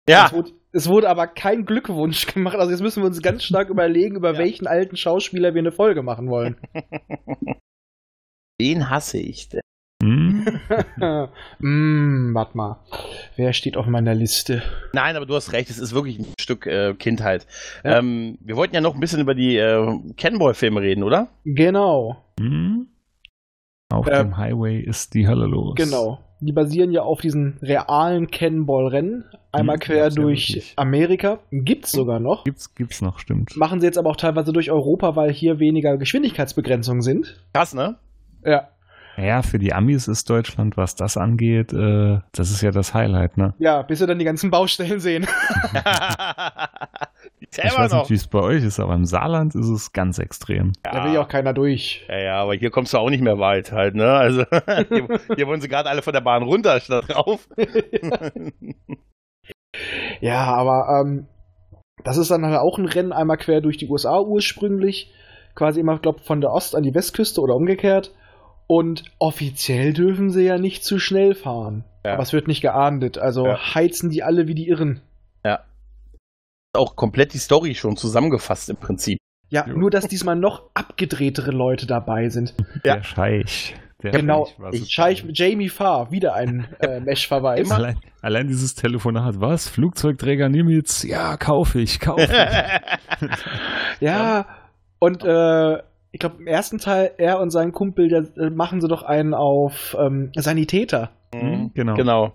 D: ja,
C: Es wurde, es wurde aber kein Glückwunsch gemacht. Also jetzt müssen wir uns ganz stark überlegen, über
D: Ja.
C: welchen alten Schauspieler wir eine Folge machen wollen.
D: den hasse ich.
E: Hm?
C: Hm, warte mal. Wer steht auf meiner Liste?
D: Nein, aber du hast recht, es ist wirklich ein Stück äh, Kindheit.
C: Ja.
D: Ähm, wir wollten ja noch ein bisschen über die äh, Kenboy-Filme reden, oder?
C: Genau,
E: Hm? Auf
C: Äh,
E: dem Highway ist die Hölle los.
C: genau. Die basieren ja auf diesen realen Cannonball-Rennen. Einmal
E: Hm,
C: quer
E: gab's ja
C: durch
E: wirklich.
C: Amerika. Gibt's sogar noch.
E: Gibt's, gibt's noch, stimmt.
C: Machen sie jetzt aber auch teilweise durch Europa, weil hier weniger Geschwindigkeitsbegrenzungen sind.
D: Krass, ne?
C: Ja.
E: Ja, für die Amis ist Deutschland, was das angeht, äh, das ist ja das Highlight, ne?
C: Ja, bis wir dann die ganzen Baustellen sehen.
E: Ich
D: Selber
E: weiß
D: noch.
E: nicht, wie es bei euch ist, aber im Saarland ist es ganz extrem.
C: Da will ja auch keiner durch.
D: Ja, ja, aber hier kommst du auch nicht mehr weit halt, ne? Also hier, hier wollen sie gerade alle von der Bahn runter statt drauf.
C: Ja, aber ähm, das ist dann halt auch ein Rennen einmal quer durch die USA ursprünglich, quasi immer, glaube von der Ost an die Westküste oder umgekehrt. Und offiziell dürfen sie ja nicht zu schnell fahren.
D: Ja.
C: Aber es wird nicht geahndet. Also
D: Ja.
C: heizen die alle wie die Irren.
D: auch komplett die Story schon zusammengefasst im Prinzip.
C: Ja,
E: Jo.
C: nur dass diesmal noch abgedrehtere Leute dabei sind.
D: Ja.
E: Der Scheich. Der
C: Genau.
E: Scheich war
C: Ich
E: super.
C: Scheich Jamie Farr, wieder ein äh, Mesh-Verweis.
E: Allein, allein dieses Telefonat, was? Flugzeugträger Nimitz? Ja, kaufe ich, kaufe ich.
C: Ja, und äh, ich glaube, im ersten Teil, er und sein Kumpel, da äh, machen sie doch einen auf ähm, Sanitäter. Mhm,
E: Hm, genau.
D: Genau.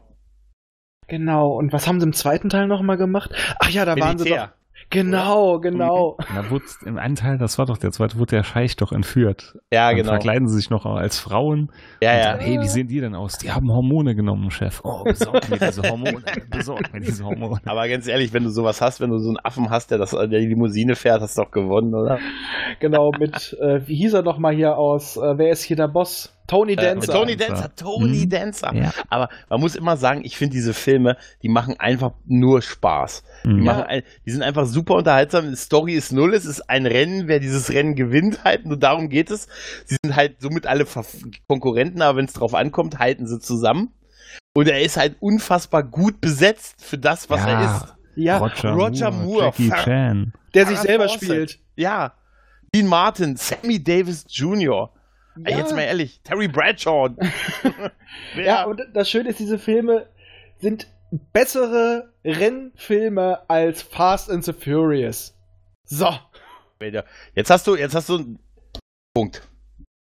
C: Genau, und was haben sie im zweiten Teil nochmal gemacht? Ach ja, da waren sie doch.
D: Militär. Mhm.
C: Genau, genau.
E: Da wurde im einen Teil, das war doch der zweite, wurde der Scheich doch entführt.
D: Ja,
E: Dann
D: genau.
E: verkleiden sie sich noch als Frauen.
D: Ja,
E: Und
D: ja.
E: Sagen, hey, wie sehen die denn aus? Die haben Hormone genommen, Chef. Oh, besorg mir diese Hormone. Besorg mir diese Hormone.
D: Aber ganz ehrlich, wenn du sowas hast, wenn du so einen Affen hast, der, das, der die Limousine fährt, hast du doch gewonnen, oder?
C: Genau, mit, äh, wie hieß er nochmal hier aus? Äh, wer ist hier der Boss? Tony Dancer.
D: Äh, Tony Dancer, Tony
E: Mhm.
D: Dancer.
E: Ja.
D: Aber man muss immer sagen, ich finde diese Filme, die machen einfach nur Spaß. Die,
E: Mhm.
D: machen ein, die sind einfach super unterhaltsam. Die Story ist null, es ist ein Rennen. Wer dieses Rennen gewinnt, halt, nur darum geht es. Sie sind halt somit alle Ver Konkurrenten, aber wenn es drauf ankommt, halten sie zusammen. Und er ist halt unfassbar gut besetzt für das, was er ist.
C: Ja,
E: Roger,
D: Roger
E: Moore,
D: Moore,
E: Jackie
D: fuck.
E: Chan.
C: der sich
D: Ah,
C: selber
D: Fawcett.
C: spielt.
D: Ja. Dean Martin, Sammy Davis Jr. Ey,
C: Ja.
D: jetzt mal ehrlich, Terry Bradshaw.
C: ja. und das Schöne ist, diese Filme sind bessere Rennfilme als Fast and the Furious. So.
D: Bilder. Jetzt hast du, jetzt hast du einen Punkt.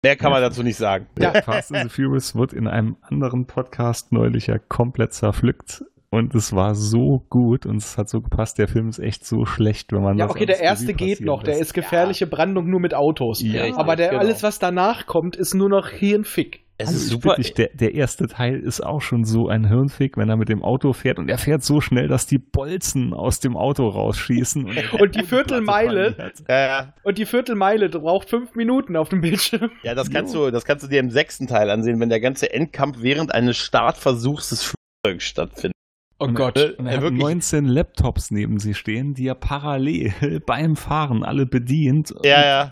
D: Mehr kann man dazu nicht sagen.
E: Ja. Fast and the Furious wird in einem anderen Podcast neulich ja komplett zerpflückt. Und es war so gut und es hat so gepasst. Der Film ist echt so schlecht, wenn man
C: Ja,
E: das
C: okay, der
E: alles
C: erste
E: Revue
C: geht
E: passieren
C: noch. Der
E: lässt.
C: ist gefährliche Brandung nur mit Autos.
E: Ja, richtig,
C: Aber der,
D: genau.
C: alles, was danach kommt, ist nur noch Hirnfick.
D: Es
E: Also ich Wirklich, der, der erste Teil ist auch schon so ein Hirnfick, wenn er mit dem Auto fährt und er fährt so schnell, dass die Bolzen aus dem Auto rausschießen. Und, der
C: Und die
E: Bodenplatte
C: Viertelmeile-
E: verliert.
D: Ja,
C: Und die Viertelmeile braucht fünf Minuten auf dem Bildschirm.
D: ja, das kannst du, das kannst du dir im sechsten Teil ansehen, wenn der ganze Endkampf während eines Startversuchs des Flugzeugs stattfindet.
C: Oh
E: Und-
C: Gott.
E: Und
D: Ja,
E: er hat
D: wirklich.
E: 19 Laptops neben sie stehen, die er parallel beim Fahren alle bedient.
D: Ja, ja.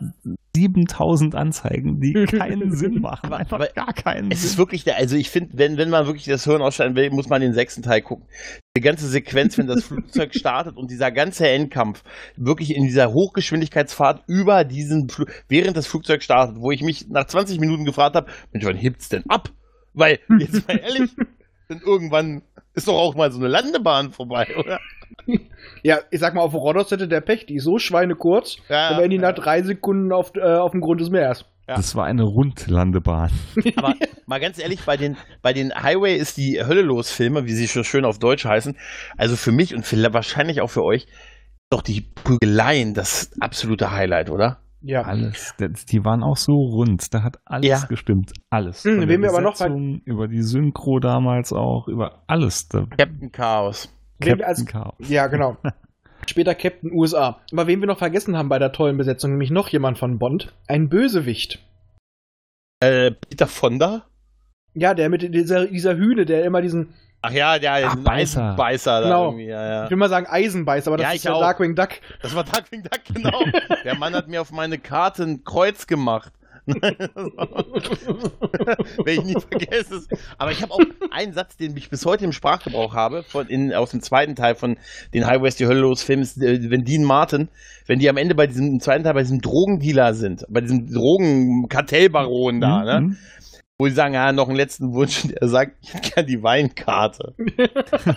E: 7000 Anzeigen, die keinen Sinn machen.
D: Aber-
E: Einfach
D: aber
E: gar keinen
D: Es ist
E: Sinn.
D: wirklich der, also ich finde, wenn, wenn man wirklich das Hirn ausschalten will, muss man den sechsten Teil gucken. Die ganze Sequenz, wenn das Flugzeug startet und dieser ganze Endkampf, wirklich in dieser Hochgeschwindigkeitsfahrt über diesen, Fl während das Flugzeug startet, wo ich mich nach 20 Minuten gefragt habe, Mensch, wann hebt's denn ab? Weil, jetzt mal ehrlich, dann irgendwann ist doch auch mal so eine Landebahn vorbei, oder?
C: Ja, ich sag mal, auf Rhodos hätte der Pech, die ist so schweinekurz,
D: Ja,
C: da wären die
D: ja.
C: nach drei Sekunden auf, äh, auf dem Grund des Meeres.
D: Ja.
E: Das war eine Rundlandebahn.
D: Aber mal ganz ehrlich, bei den, bei den Highway ist die Hölle los Filme, wie sie schon schön auf Deutsch heißen, also für mich und vielleicht wahrscheinlich auch für euch, doch die Prügeleien das absolute Highlight, oder?
C: Ja.
E: Alles. Das, die waren auch so rund. Da hat alles
D: Ja.
E: gestimmt. Alles.
C: Mhm,
E: Von
C: wen
E: der
C: wir aber noch bei-
E: Besetzung, über die Synchro damals auch, über alles. Da
D: Captain Chaos.
C: Wen
E: Captain
C: wir als-
E: Chaos.
C: Ja, genau. Später Captain USA. Aber wen wir noch vergessen haben bei der tollen Besetzung, nämlich noch jemand von Bond, ein Bösewicht.
D: Äh, Peter Fonda?
C: Ja, der mit dieser, dieser Hühne, der immer diesen,
D: Ach ja, der
E: Ach, Beißer.
D: Beißer da
C: Genau.
D: irgendwie, ja, ja.
C: ich will mal sagen Eisenbeiß, aber das
D: Ja,
C: ist
D: ich
C: der
D: auch.
C: Darkwing Duck.
D: Das war Darkwing Duck, genau. Der Mann hat mir auf meine Karte ein Kreuz gemacht. Wenn ich nie vergesse. es. Aber ich habe auch einen Satz, den ich bis heute im Sprachgebrauch habe, von in, aus dem zweiten Teil von den Highways die Hölle los Films, äh, wenn Dean Martin, wenn die am Ende bei diesem im zweiten Teil bei diesem Drogendealer sind, bei diesem Drogenkartellbaron da, ne?
E: Mhm.
D: wo sie sagen, ja, noch einen letzten Wunsch. Und er sagt, ich hätte gerne die Weinkarte.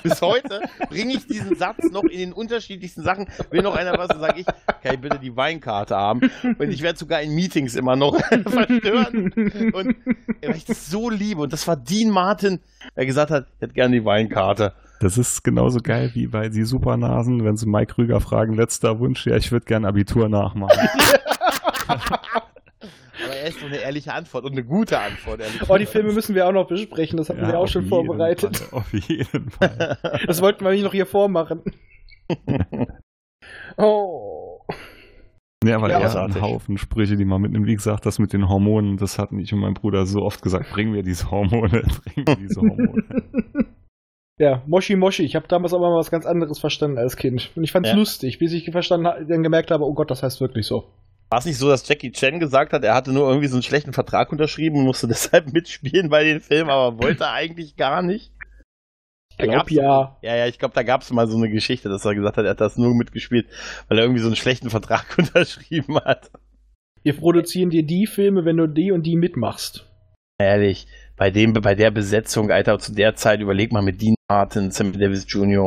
D: Bis heute bringe ich diesen Satz noch in den unterschiedlichsten Sachen. Will noch einer was, dann sage ich, kann ich bitte die Weinkarte haben? Und ich werde sogar in Meetings immer noch verstören. Und weil ich das so liebe. Und das war Dean Martin, der gesagt hat, ich hätte gerne die Weinkarte.
E: Das ist genauso geil wie bei die Supernasen, wenn sie Mike Krüger fragen, letzter Wunsch, ja, ich würde gern Abitur nachmachen.
D: Aber er ist so eine ehrliche Antwort und eine gute Antwort. ehrlich
C: Oh, die
D: gesagt.
C: Filme müssen wir auch noch besprechen, das hatten wir auch
E: auf
C: schon
E: jeden
C: vorbereitet.
E: Fall, auf jeden Fall.
C: Das wollten wir nicht noch hier vormachen. oh.
E: Ja, weil
C: Ja,
E: er hat
D: großartig.
E: einen Haufen Sprüche, die man mitnimmt. Wie gesagt, das mit den Hormonen, das hatten ich und mein Bruder so oft gesagt, bring mir diese Hormone, bring mir diese Hormone.
C: Ja, Moshi Moshi. Ich habe damals aber mal was ganz anderes verstanden als Kind. Und ich fand's
D: Ja.
C: lustig, bis ich verstanden ha- dann gemerkt habe, oh Gott, das heißt wirklich so.
D: War es nicht so, dass Jackie Chan gesagt hat, er hatte nur irgendwie so einen schlechten Vertrag unterschrieben und musste deshalb mitspielen bei den Filmen, aber wollte eigentlich gar nicht?
C: Ich
D: Da
C: glaub
D: gab's-
C: ja.
D: Ja, ja, ich glaube, da gab es mal so eine Geschichte, dass er gesagt hat, er hat das nur mitgespielt, weil er irgendwie so einen schlechten Vertrag unterschrieben hat.
C: Wir produzieren dir die Filme, wenn du die und die mitmachst.
D: Ehrlich, bei dem, bei der Besetzung, Alter, zu der Zeit, überleg mal mit Dean Martin, Sam Davis Jr.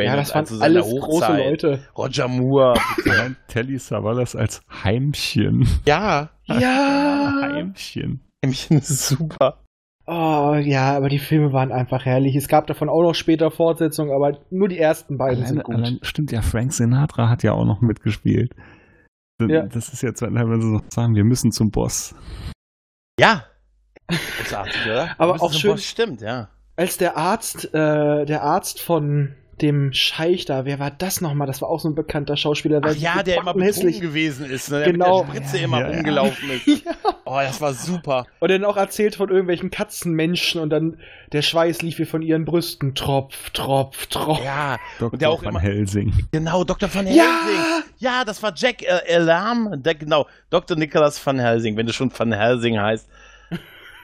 C: ja,
D: Reynolds,
C: das waren
D: also seiner
C: alles große
D: Hochzeit,
C: Leute.
D: Roger Moore.
E: Allein Telly Savalas als Heimchen.
D: ja, Ah.
C: Ja.
E: Heimchen.
D: Hämchen ist super.
C: Oh, ja, aber die Filme waren einfach herrlich. Es gab davon auch noch später Fortsetzungen, aber nur die ersten beiden
E: Allein,
C: sind gut.
E: allein, stimmt ja, Frank Sinatra hat ja auch noch mitgespielt. D-
C: Ja.
E: Das ist jetzt, wenn sie noch sagen, wir müssen zum Boss.
D: Ja. Großartig, oder?
C: Aber
D: Das
C: auch
D: ist
C: schön-
D: super, Stimmt, ja.
C: als der Arzt, äh, der Arzt von dem Scheich da, wer war das nochmal? Das war auch so ein bekannter Schauspieler.
D: Ach
C: weil-
D: ja, der immer
C: gebacken hässlich.
D: hässlich gewesen ist, ne? der
C: Genau.
D: mit der Spritze
E: Ja,
D: immer
E: ja, ja.
D: rumgelaufen ist. Oh, das war super.
C: Und dann auch erzählt von irgendwelchen Katzenmenschen und dann der Schweiß lief wie von ihren Brüsten. Tropf, Tropf, Tropf.
D: Ja,
E: Dr.
D: der auch
E: Van
D: immer-
E: Helsing.
D: genau, Dr. Van Helsing.
C: Ja!
D: Ja, das war Jack äh, Alarm. Der, genau, Dr. Nicholas Van Helsing, wenn du schon Van Helsing heißt.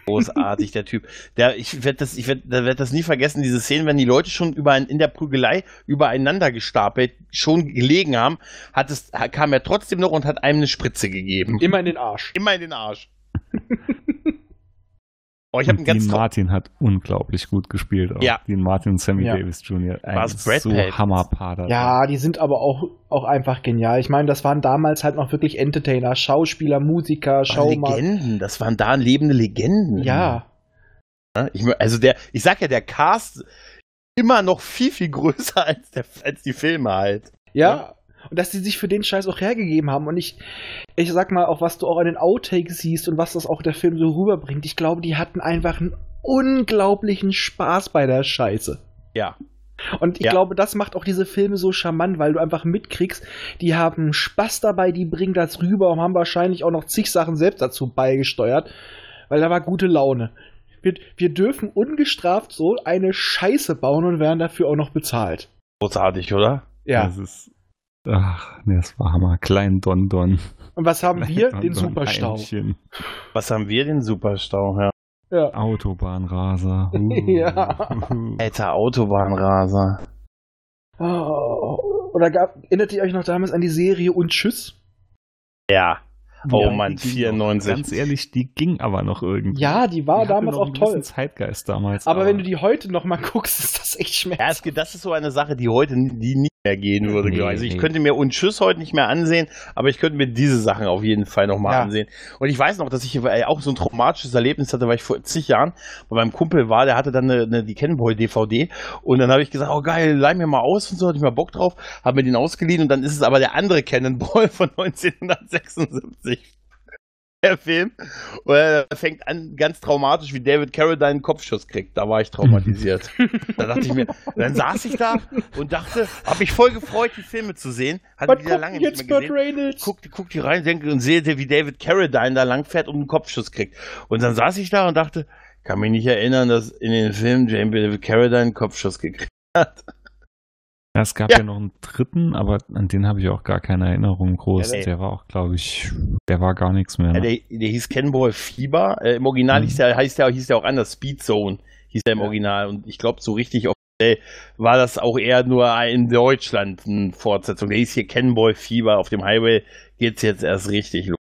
D: Großartig, der Typ. Der, ich werde das, ich werd, da werd das nie vergessen, diese Szenen, wenn die Leute schon über in der Prügelei übereinander gestapelt schon gelegen haben, hat es, kam er trotzdem noch und hat einem eine Spritze gegeben.
C: Immer in den Arsch.
D: Immer in den Arsch. oh, ich habe einen
E: Und Dean
D: ganz trau-
E: Martin hat unglaublich gut gespielt. Auch.
D: Ja.
E: Dean Martin und Sammy
C: Ja.
E: Davis Jr.
D: War's
E: Ein
D: Brad
E: so
D: Pitt?
E: Hammerpaar. da.
C: Ja, die sind aber auch, auch einfach genial. Ich meine, das waren damals halt noch wirklich Entertainer, Schauspieler, Musiker,
D: Oh,
C: Schaumacher.
D: Legenden, das waren da lebende Legenden.
C: Ja.
D: Ne? Ich, mö- also der, ich sag ja, der Cast immer noch viel, viel größer als, der, als die Filme halt.
C: Ja.
D: Ja.
C: Und dass die sich für den Scheiß auch hergegeben haben. Und ich, ich sag mal, auch was du auch in den Outtakes siehst und was das auch der Film so rüberbringt, ich glaube, die hatten einfach einen unglaublichen Spaß bei der Scheiße.
D: Ja.
C: Und ich
D: Ja.
C: glaube, das macht auch diese Filme so charmant, weil du einfach mitkriegst, die haben Spaß dabei, die bringen das rüber und haben wahrscheinlich auch noch zig Sachen selbst dazu beigesteuert, weil da war gute Laune. Wir, wir dürfen ungestraft so eine Scheiße bauen und werden dafür auch noch bezahlt.
D: Großartig, oder?
C: Ja.
E: Das ist. Ach, nee, das war Hammer. Klein Don Don.
C: Und was haben wir?
E: Klein
C: Den
E: Don Don
C: Superstau.
E: Heimchen.
D: Was haben wir den Superstau, ja?
C: Ja.
E: Autobahnraser.
C: Ja.
D: Alter Autobahnraser.
C: Oh. Oder gab, erinnert ihr euch noch damals an die Serie Und Tschüss?
D: Ja. Oh
E: Ja,
D: Mann,
E: die ging Noch,
D: 94.
E: ganz ehrlich, die ging aber noch irgendwie.
C: Ja, die war
E: Die hatte
C: damals
E: noch
C: auch
E: einen
C: toll.
E: gewissen Zeitgeist damals.
C: Aber wenn du die heute noch mal guckst, ist das echt
D: Ja,
C: schmerzhaft.
D: es, geht- das ist so eine Sache, die heute n- die nie mehr gehen würde,
F: Nee,
D: glaube ich. Also ich
F: nee.
D: könnte mir und Tschüss heute nicht mehr ansehen, aber ich könnte mir diese Sachen auf jeden Fall nochmal
F: Ja.
D: ansehen. Und ich weiß noch, dass ich äh, auch so ein traumatisches Erlebnis hatte, weil ich vor zig Jahren bei meinem Kumpel war, der hatte dann eine, eine, die Kenboy-DVD und dann habe ich gesagt, oh geil, leih mir mal aus und so, hatte ich mal Bock drauf, habe mir den ausgeliehen und dann ist es aber der andere Cannonball von 1976. Der Film. Und er fängt an, ganz traumatisch, wie David Carradine einen Kopfschuss kriegt. Da war ich traumatisiert. da dachte ich mir, dann saß ich da und dachte, habe mich voll gefreut, die Filme zu sehen. Hatte die
C: Was
D: da
C: kommt
D: lange
C: denn
D: nicht
C: jetzt
D: mehr
C: Burt
D: gesehen
C: Reynolds?
D: guck, guck die rein denke, und sehe, wie David Carradine da langfährt und einen Kopfschuss kriegt. Und dann saß ich da und dachte, kann mich nicht erinnern, dass in den Film James David Carradine einen Kopfschuss gekriegt hat.
E: Ja, es gab ja.
D: Ja.
E: noch einen dritten, aber an den habe ich auch gar keine Erinnerung groß.
D: Ja, der-
E: der war auch, glaube ich, der war gar nichts mehr.
D: Ja,
E: Ne?
D: der, der hieß Kenboy Fieber. Äh, Im Original
E: Mhm.
D: hieß, der, heißt der, hieß der auch anders, Speed Zone hieß der im Original. Und ich glaube, so richtig offiziell war das auch eher nur in Deutschland eine Fortsetzung. Der hieß hier Kenboy Fieber. Auf dem Highway geht's jetzt erst richtig los.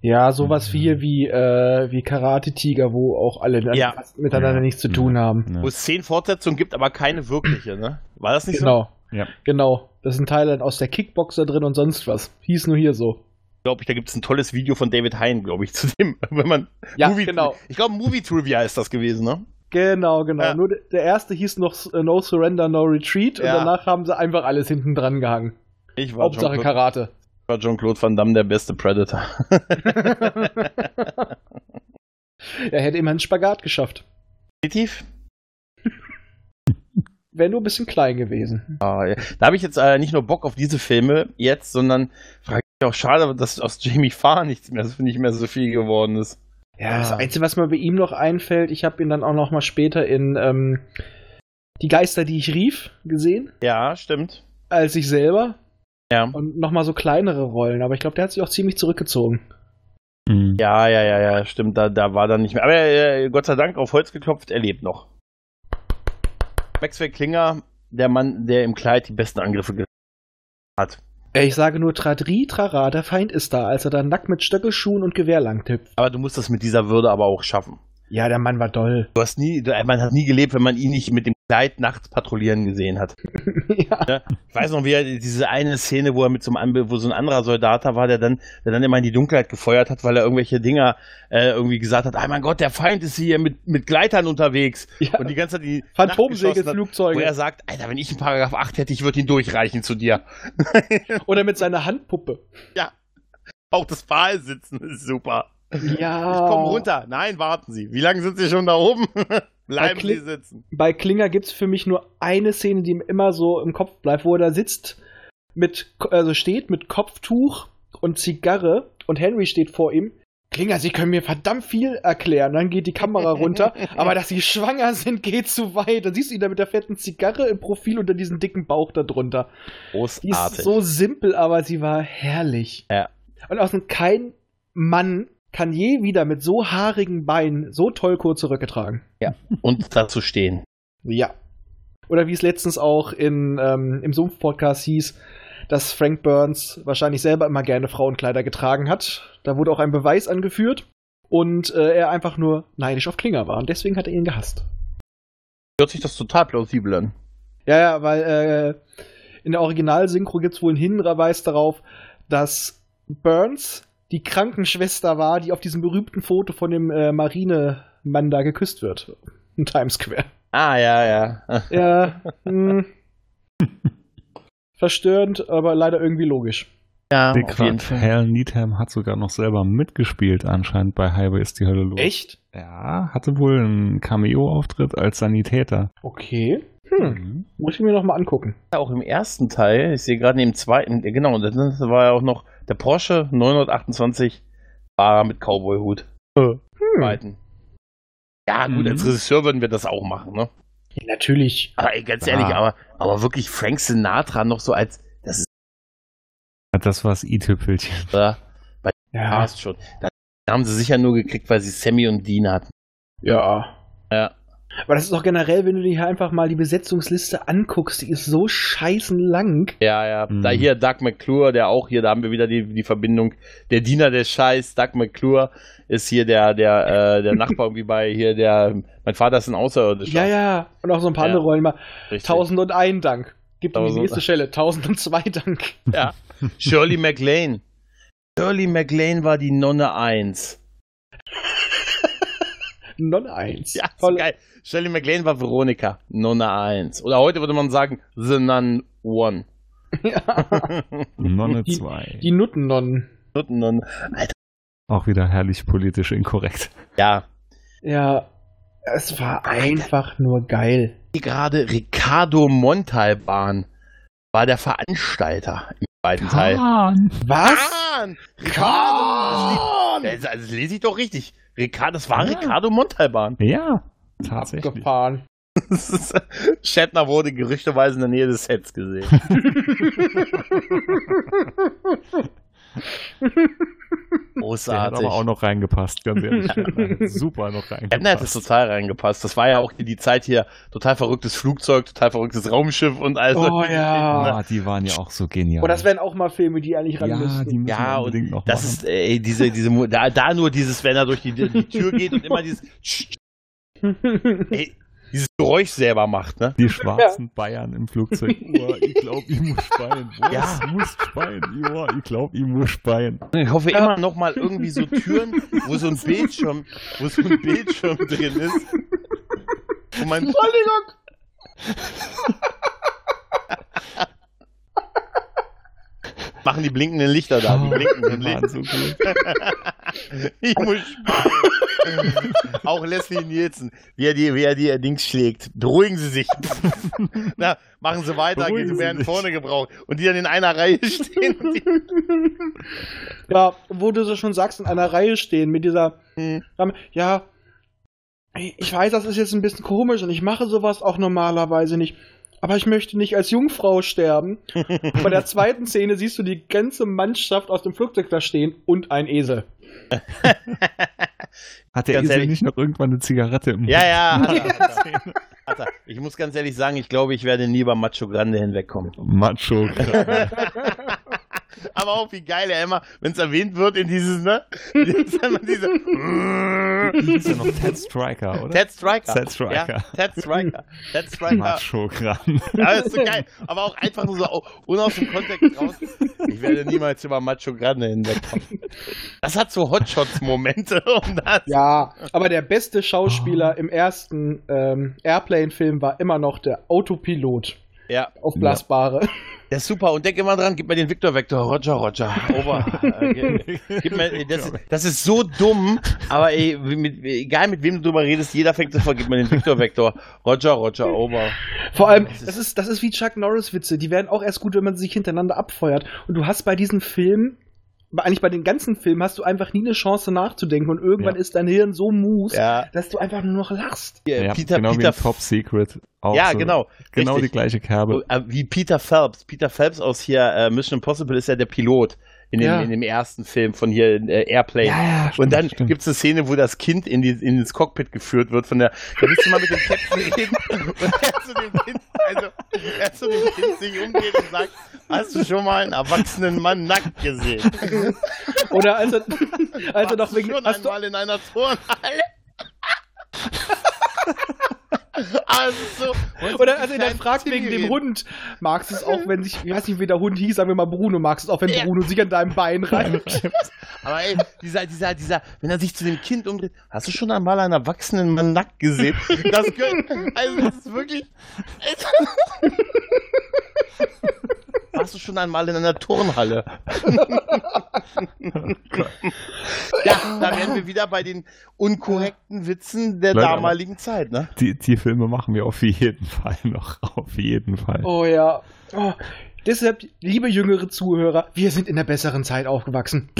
C: Ja, sowas hier wie, äh, wie Karate-Tiger, wo auch alle dann
D: Ja.
C: fast miteinander
E: Ja.
C: nichts zu tun haben.
E: Ja.
D: Wo es zehn Fortsetzungen gibt, aber keine wirkliche, ne? War das nicht so?
C: Genau.
E: Ja.
C: Genau. Das sind Teile aus der Kickboxer drin und sonst was. Hieß nur hier so.
D: glaube ich, da gibt es ein tolles Video von David Hein, glaube ich, zu dem, wenn man
C: Ja,
D: Movie
C: genau.
D: Ich glaube, Movie Trivia ist das gewesen, ne?
C: Genau, genau.
D: Ja.
C: Nur de- der erste hieß noch S- äh, No Surrender, No Retreat
D: Ja.
C: und danach haben sie einfach alles hinten dran gehangen.
D: Ich war
C: Hauptsache
D: Jean-Claude
C: Karate.
D: war Jean-Claude Van Damme der beste Predator.
C: er hätte immer einen Spagat geschafft.
D: Definitiv.
C: Wäre nur ein bisschen klein gewesen.
D: Ah, ja. Da habe ich jetzt äh, nicht nur Bock auf diese Filme jetzt, sondern frage ich mich auch schade, dass aus Jamie Farr nichts mehr, nicht mehr so viel geworden ist.
C: Ja, das Einzige, was mir bei ihm noch einfällt, ich habe ihn dann auch noch mal später in ähm, Die Geister, die ich rief, gesehen,
D: Ja, stimmt.
C: als ich selber.
D: Ja.
C: Und noch mal so kleinere Rollen, aber ich glaube, der hat sich auch ziemlich zurückgezogen.
E: Mhm.
D: Ja, ja, ja, ja, stimmt. Da, da war dann nicht mehr. Aber äh, Gott sei Dank auf Holz geklopft, er lebt noch. Maxwell Klinger, der Mann, der im Kleid die besten Angriffe ge- hat.
C: Äh, Ich sage nur Tradri, Trara, der Feind ist da, als er dann nackt mit Stöckelschuhen und Gewehr langtippt.
D: Aber du musst das mit dieser Würde aber auch schaffen.
C: Ja, der Mann war doll.
D: Du hast nie, du- man hat nie gelebt, wenn man ihn nicht mit dem Kleid nachts patrouillieren gesehen hat.
C: ja.
D: Ich weiß noch, wie er diese eine Szene, wo er mit so einem, Anbe- wo so ein anderer Soldat da war, der dann, der dann immer in die Dunkelheit gefeuert hat, weil er irgendwelche Dinger äh, irgendwie gesagt hat, ah mein Gott, der Feind ist hier mit, mit Gleitern unterwegs.
C: Ja.
D: Und die ganze Zeit die nachgeschossen hat, Wo er
C: Phantomsegelflugzeuge.
D: sagt, Alter, wenn ich einen Paragraph 8 hätte, ich würde ihn durchreichen zu dir.
C: Oder mit seiner Handpuppe.
D: Auch das Pfahl sitzen ist super.
C: Ja.
D: Ich komme runter. Nein, warten Sie. Wie lange sind Sie schon da oben? Bleiben Sie
C: Klick-
D: sitzen.
C: Bei Klinger gibt es für mich nur eine Szene, die mir immer so im Kopf bleibt, wo er da sitzt, mit, also steht mit Kopftuch und Zigarre und Henry steht vor ihm. Klinger, Sie können mir verdammt viel erklären. Dann geht die Kamera runter, aber dass Sie schwanger sind, geht zu weit. Dann siehst du ihn da mit der fetten Zigarre im Profil unter diesem dicken Bauch da drunter. Die ist
D: Großartig.
C: so simpel, aber sie war herrlich.
D: Ja.
C: Und außerdem kein Mann kann je wieder mit so haarigen Beinen so toll kurze Röcke tragen.
D: Und dazu stehen.
C: Ja. Oder wie es letztens auch in, ähm, im Sumpf-Podcast hieß, dass Frank Burns wahrscheinlich selber immer gerne Frauenkleider getragen hat. Da wurde auch ein Beweis angeführt. Und äh, er einfach nur neidisch auf Klinger war. Und deswegen hat er ihn gehasst.
D: Hört sich das total plausibel an.
C: Ja, ja, weil äh, in der Originalsynchro gibt es wohl einen Hinweis darauf, dass Burns die Krankenschwester war, die auf diesem berühmten Foto von dem äh, Marinemann da geküsst wird. In Times Square.
D: Ah, ja, ja.
C: Ja. hm. Verstörend, aber leider irgendwie logisch.
D: Ja,
E: Der Quatsch. Hal Needham hat sogar noch selber mitgespielt anscheinend bei Highway ist die Hölle los.
C: Echt?
E: Ja, hatte wohl einen Cameo-Auftritt als Sanitäter.
C: Okay. Hm. Muss ich mir noch mal angucken.
D: Auch im ersten Teil, ich sehe gerade neben zweiten, äh, genau, das das war ja auch noch der Porsche 928 Fahrer mit Cowboy-Hut.
C: Hm.
D: Zweiten. Ja, gut,
E: Mhm.
D: als Regisseur würden wir das auch machen, ne?
C: Natürlich.
D: Aber ey, ganz ehrlich,
E: Ah.
D: aber, aber wirklich Frank Sinatra noch so als, das ist,
E: Das war's i-Tüpfelchen.
D: äh,
C: Ja.
D: passt schon. Das haben sie sicher nur gekriegt, weil sie Sammy und Dean hatten.
C: Ja.
D: Ja.
C: Aber das ist auch generell, wenn du dir hier einfach mal die Besetzungsliste anguckst, die ist so scheißen lang.
D: Ja, ja.
E: Mhm.
D: Da hier Doug McClure, der auch hier, da haben wir wieder die, die Verbindung. Der Diener des Scheiß, Doug McClure, ist hier der, der, äh, der Nachbar irgendwie bei hier, der, mein Vater ist ein Außerirdischer.
C: Ja, ja. Und auch so ein paar
D: Ja.
C: andere Rollen mal.
D: Richtig.
C: 1001 Dank. Gib mir die
D: 1000.
C: nächste Stelle. 1002 Dank.
D: Ja. Shirley MacLaine. Shirley MacLaine war die Nonne 1.
C: Non 1.
D: Ja, so geil. Shirley MacLaine war Veronika. Nonne 1. Oder heute würde man sagen The Nun 1.
E: Nonne
C: Die-
E: 2.
C: Die Nuttennonnen.
D: Nonne.
E: Auch wieder herrlich politisch inkorrekt.
D: Ja.
C: Ja, es war einfach nur geil.
D: Die gerade Ricardo Montalban war der Veranstalter im
E: Ah.
D: zweiten Teil.
C: Was?
D: Kahn! Ricardo! Das, li- also, das lese ich doch richtig. Ricardo, das war
E: Ja.
D: Ricardo Montalban.
E: Ja, tatsächlich.
C: Gefahren.
D: Das ist- Shatner wurde gerüchteweise in der Nähe des Sets gesehen.
E: Der hat
D: Großartig.
E: aber auch noch reingepasst, ganz ehrlich. Super noch
D: Shatner hat es
E: reingepasst.
D: total reingepasst. Das war ja auch in die Zeit hier total verrücktes Flugzeug, total verrücktes Raumschiff und also.
C: Oh ja.
E: Ah, die waren ja auch so genial.
C: Und Oh, das wären auch mal Filme, die eigentlich ran
E: ja,
C: müssten.
E: die müssen
D: Ja,
E: wir
D: und
E: unbedingt noch
D: das
E: machen.
D: ist, ey, diese, diese, Mu- da, da nur dieses, wenn er durch die, die Tür geht und immer dieses, ey, dieses Geräusch selber macht, ne?
E: die schwarzen Bayern im Flugzeug. Boah, ich glaube, ich muss speien. Boah,
D: Ja.
E: ich muss speien. Boah, ich glaube, ich muss speien.
D: Ich hoffe immer noch mal irgendwie so Türen, wo so ein Bildschirm, wo so ein Bildschirm drin ist. Wo man, Entschuldigung! Machen die blinkenden Lichter da, die
E: Oh,
D: blinkenden
E: die waren
D: Lichter.
E: so gut.
D: Ich muss speien. Auch Leslie Nielsen, wie er die, wie er die Dings schlägt. Beruhigen Sie sich. Na, machen Sie weiter,
E: Beruhigen
D: Sie
E: Sie
D: werden
E: sich.
D: vorne gebraucht. Und die dann in einer Reihe stehen. Und die,
C: Ja, wo du so schon sagst, in einer Reihe stehen mit dieser.
D: Mhm.
C: Ram- Ja, ich weiß, das ist jetzt ein bisschen komisch und ich mache sowas auch normalerweise nicht. Aber ich möchte nicht als Jungfrau sterben. Und Bei der zweiten Szene siehst du die ganze Mannschaft aus dem Flugzeug da stehen und ein Esel.
E: Hat der
D: Ganz
E: Esel
D: ehrlich.
E: nicht noch irgendwann eine Zigarette im Mund?
D: ja, ja, hat er, hat er, hat er. Ich muss ganz ehrlich sagen, ich glaube, ich werde nie über Macho Grande hinwegkommen.
E: Macho.
D: Aber auch wie geil er immer, wenn es erwähnt wird in dieses, ne? Jetzt immer diese
E: ist ja noch Ted Striker, oder?
D: Ted Striker.
E: Ted Stryker.
D: Ja, Ted Striker. Ted Striker.
E: Macho Gran.
D: Ja, das ist so geil. Aber auch einfach nur so au- ohne aus dem Kontext raus. Ich werde niemals über Macho Grande hinwegkommen. Das hat so Hotshots-Momente. Und das,
C: Ja, aber der beste Schauspieler im ersten ähm, Airplane-Film war immer noch der Autopilot.
D: ja.
C: Aufblasbare.
D: Der ist super. Und denk immer dran, gib mir den Victor Vector. Roger, Roger. Ober. Äh, gib mir, das, das ist so dumm, aber ey, mit, egal mit wem du drüber redest, jeder fängt sofort, gib mir den Victor Vector. Roger, Roger, Ober.
C: Vor allem, das ist, das ist wie Chuck Norris-Witze. Die werden auch erst gut, wenn man sie sich hintereinander abfeuert. Und du hast bei diesen Filmen, bei- eigentlich bei den ganzen Filmen, hast du einfach nie eine Chance nachzudenken. Und irgendwann
E: Ja.
C: ist dein Hirn so mus,
D: Ja,
C: dass du einfach nur noch lachst.
D: hier,
E: Ja,
D: Äh, Peter,
E: genau wie
D: Peter,
E: in Top Secret. Auch
D: ja,
E: so
D: genau.
E: Genau
D: richtig.
E: die gleiche Kerbe.
D: Äh, Wie Peter Phelps. Peter Phelps aus hier äh, Mission Impossible ist ja der Pilot in dem,
C: Ja.
D: in dem ersten Film von hier äh, Airplane.
E: ja,
D: Und dann
E: stimmt.
D: gibt es eine Szene, wo das Kind in, die, in ins Cockpit geführt wird von der. Da willst du mal mit dem Captain reden und er zu dem Kind, also er zu dem Kind sich umgeht und sagt, hast du schon mal einen erwachsenen Mann nackt gesehen?
C: Oder als er, als er
D: Warst
C: Also noch
D: du
C: wegen.
D: schon
C: Hast du,
D: einmal in einer Turnhalle? Also,
C: oder als er dann fragt wegen dem Hund, magst du es auch, wenn sich, ich weiß nicht, wie der Hund hieß, sagen wir mal Bruno, magst du es auch, wenn
D: Ja.
C: Bruno sich an deinem Bein reibt?
D: Aber ey, dieser, dieser, dieser, wenn er sich zu dem Kind umdreht, hast du schon einmal einen erwachsenen Mann nackt gesehen? Das können, also das ist wirklich. Warst du schon einmal in einer Turnhalle? ja, da wären wir wieder bei den unkorrekten Witzen der
E: Leider.
D: damaligen Zeit, ne?
E: Die, die Filme machen wir auf jeden Fall noch. Auf jeden Fall.
C: Oh ja. Oh. Deshalb, liebe jüngere Zuhörer, wir sind in der besseren Zeit aufgewachsen.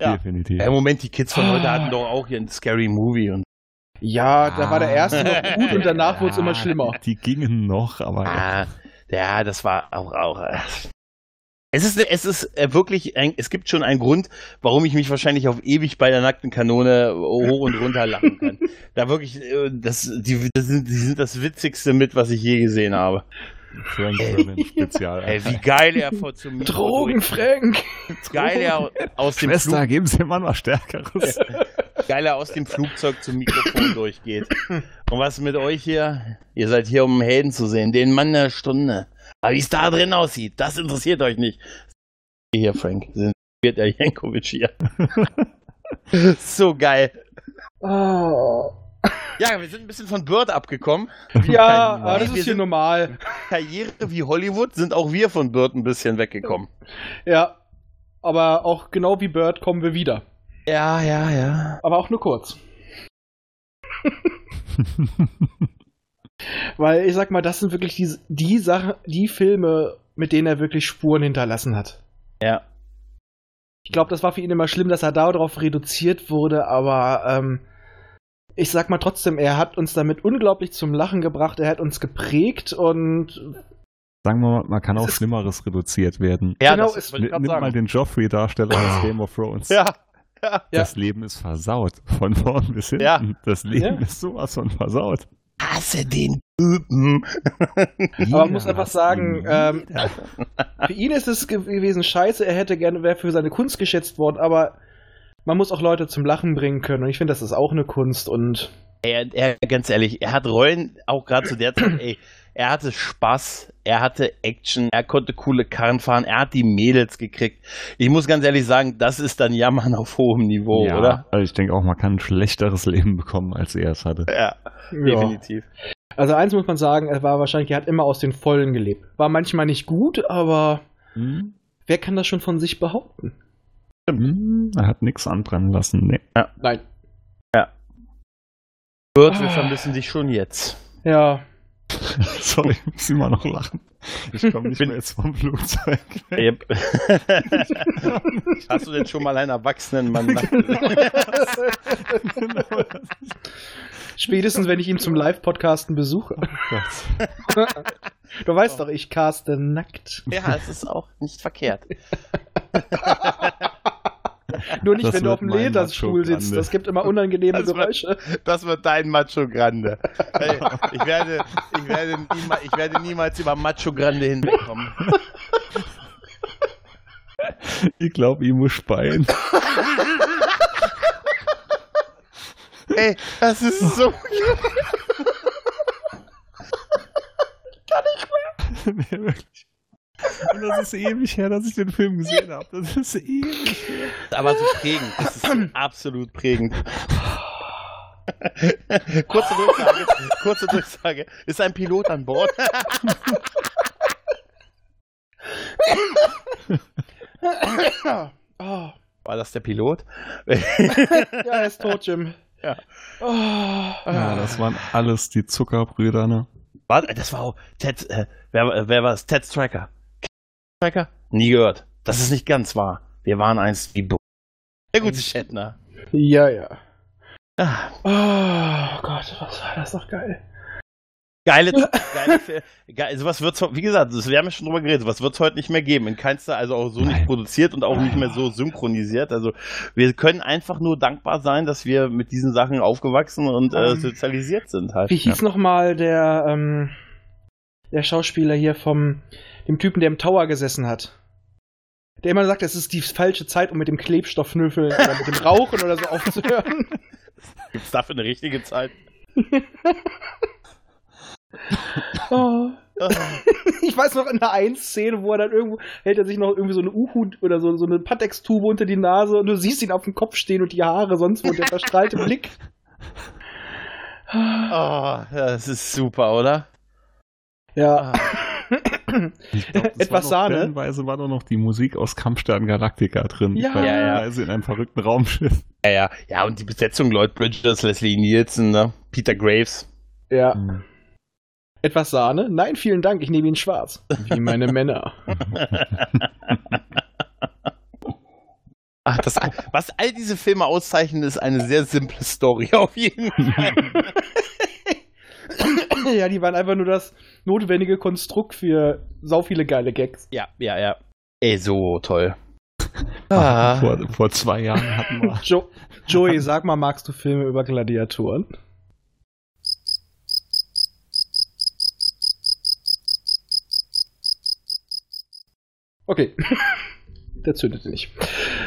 D: Ja.
E: Definitiv.
D: Ja, Moment, die Kids von heute hatten doch auch hier einen Scary Movie und.
C: Ja, da war der
E: Ah.
C: erste noch gut und danach wurde es immer schlimmer.
E: Die gingen noch, aber
D: Ah, ja, das war auch. auch äh. es ist, es ist äh, wirklich, ein, es gibt schon einen Grund, warum ich mich wahrscheinlich auf ewig bei der nackten Kanone äh, hoch und runter lachen kann. da wirklich, äh, das, die, das sind, die sind das Witzigste mit, was ich je gesehen habe.
E: Frank Berlin Spezial.
D: Ey, wie geil er vor zu mir.
C: Drogen, Frank!
D: Geil er aus dem Flug,
E: Schwester, geben Sie mal was Stärkeres.
D: geil er aus dem Flugzeug zum Mikrofon durchgeht. Und was mit euch hier? Ihr seid hier, um einen Helden zu sehen. Den Mann der Stunde. Aber wie es da drin aussieht, das interessiert euch nicht. Hier, Frank, wird der Jankovic hier. so geil.
C: Oh.
D: Ja, wir sind ein bisschen von Bird abgekommen.
C: Ja,
E: Kein
C: aber das
D: Mann.
C: ist
D: Wir
C: hier
D: sind-
C: normal.
D: Karriere wie Hollywood sind auch wir von Bird ein bisschen weggekommen.
C: Ja. Aber auch genau wie Bird kommen wir wieder.
D: Ja, ja, ja.
C: Aber auch nur kurz. Weil ich sag mal, das sind wirklich die, die Sachen, die Filme, mit denen er wirklich Spuren hinterlassen hat.
D: Ja.
C: Ich glaube, das war für ihn immer schlimm, dass er darauf reduziert wurde, aber ähm, ich sag mal trotzdem, er hat uns damit unglaublich zum Lachen gebracht, er hat uns geprägt und
E: Sagen wir mal, man kann auf Schlimmeres reduziert werden.
D: Ja,
C: Genau,
D: das
C: es-
D: wollte ich
E: Nimm
D: grad
E: mal
D: sagen.
E: den Joffrey-Darsteller aus Game of Thrones.
D: Ja,
C: Ja.
E: Das Leben ist versaut. Von vorn bis hinten.
D: Ja.
E: Das Leben
C: Ja.
E: ist sowas von versaut.
D: hasse den Typen.
C: Aber
E: Jeder
C: man muss einfach
E: hasst
C: sagen,
E: ihn.
C: ähm,
E: Jeder.
C: für ihn ist es ge- gewesen scheiße, er hätte gerne, wäre für seine Kunst geschätzt worden, aber man muss auch Leute zum Lachen bringen können und ich finde, das ist auch eine Kunst und
D: Er, er, ganz ehrlich, er hat Rollen auch gerade zu der Zeit, ey, er hatte Spaß, er hatte Action, er konnte coole Karren fahren, er hat die Mädels gekriegt. Ich muss ganz ehrlich sagen, das ist dann Jammern auf hohem
C: oh,
D: Niveau,
E: ja,
D: oder?
E: Also ich denke auch, man kann ein schlechteres Leben bekommen, als er es hatte.
D: Ja, definitiv.
C: Also eins muss man sagen, er war wahrscheinlich, er hat immer aus den Vollen gelebt. War manchmal nicht gut, aber
E: Hm?
C: wer kann das schon von sich behaupten?
E: Hm, Er hat nichts anbrennen lassen. Nee.
C: Nein.
D: Bird, wir vermissen dich schon jetzt.
C: Ja.
E: Sorry, ich muss immer noch lachen. Ich komme nicht
D: Bin-
E: mehr jetzt vom Flugzeug. weg.
D: Yep. Hast du denn schon mal einen erwachsenen Mann?
E: Genau.
C: Spätestens, wenn ich ihn zum Live-Podcasten besuche.
E: Gott.
C: Du weißt doch, ich caste nackt.
D: ja, es ist auch nicht verkehrt.
C: Nur nicht,
E: Das
C: wenn du
E: wird
C: auf dem
E: mein
C: Lederstuhl
E: Macho-Grande.
C: sitzt. Das gibt immer unangenehme
D: Das wird-
C: Geräusche.
D: Das wird dein Macho Grande. Ey, ich, werde, ich, werde niema, ich werde niemals über Macho Grande hinwegkommen.
E: Ich glaube, ihm muss speien.
D: Ey, das ist so.
E: nee, wirklich. Und das ist ewig her, dass ich den Film gesehen habe. Das ist ewig.
D: Aber so prägend. Das ist absolut prägend. kurze Durchsage. Kurze Durchsage. Ist ein Pilot an Bord?
C: Oh.
D: War das der Pilot?
C: Ja, er ist tot, Jim.
D: Ja.
C: Oh.
E: Ja, das waren alles die Zuckerbrüder, ne?
D: War, das war auch Ted. Äh, wer, wer war es? Ted Striker. Striker? Nie gehört. Das ist nicht ganz wahr. Wir waren einst wie Bo. Der gute Shatner.
C: Ja, ja.
D: Ah,
C: Oh Gott, was war das doch geil.
D: Geile, geile Fil- geil, sowas wird's, wie gesagt, das- wir haben ja schon drüber geredet, sowas wird es heute nicht mehr geben. In keinster, also auch so nicht
E: Nein.
D: produziert und auch nicht mehr so synchronisiert. Also wir können einfach nur dankbar sein, dass wir mit diesen Sachen aufgewachsen und äh,
C: Ähm,
D: sozialisiert sind halt.
C: Wie hieß noch nochmal der, ähm, der Schauspieler hier vom dem Typen, der im Tower gesessen hat? Der immer sagt, es ist die falsche Zeit, um mit dem Klebstoff schnüffeln oder mit dem Rauchen oder so aufzuhören.
D: Gibt's dafür eine richtige Zeit?
C: Oh.
D: Ah,
C: Ich weiß noch in der einen Szene, wo er dann irgendwo hält er sich noch irgendwie so eine Uhu oder so, so eine Patex-Tube unter die Nase und du siehst ihn auf dem Kopf stehen und die Haare sonst wo und der verstrahlte Blick.
D: ah, das ist super, oder? Ah.
C: Ja.
E: Ich glaub, das
C: Etwas
E: war noch-
C: Sahne.
E: Stellenweise war doch noch die Musik aus Kampfstern Galactica drin.
C: Ja.
E: Bei
D: Ja, ja.
E: der Reise in einem verrückten Raumschiff.
D: Ja, ja, ja, und die Besetzung Lloyd Bridges, Leslie Nielsen, ne? Peter Graves.
C: Ja. Etwas Sahne? Nein, vielen Dank, ich nehme ihn schwarz. Wie meine Männer.
D: Ach, das, was all diese Filme auszeichnen, ist eine sehr simple Story auf jeden Fall.
C: ja, die waren einfach nur das notwendige Konstrukt für sau viele geile Gags.
D: Ja, ja, ja. Ey, so toll.
E: Vor, vor zwei Jahren hatten wir.
C: Jo Joey, sag mal, magst du Filme über Gladiatoren? Okay. der zündete nicht.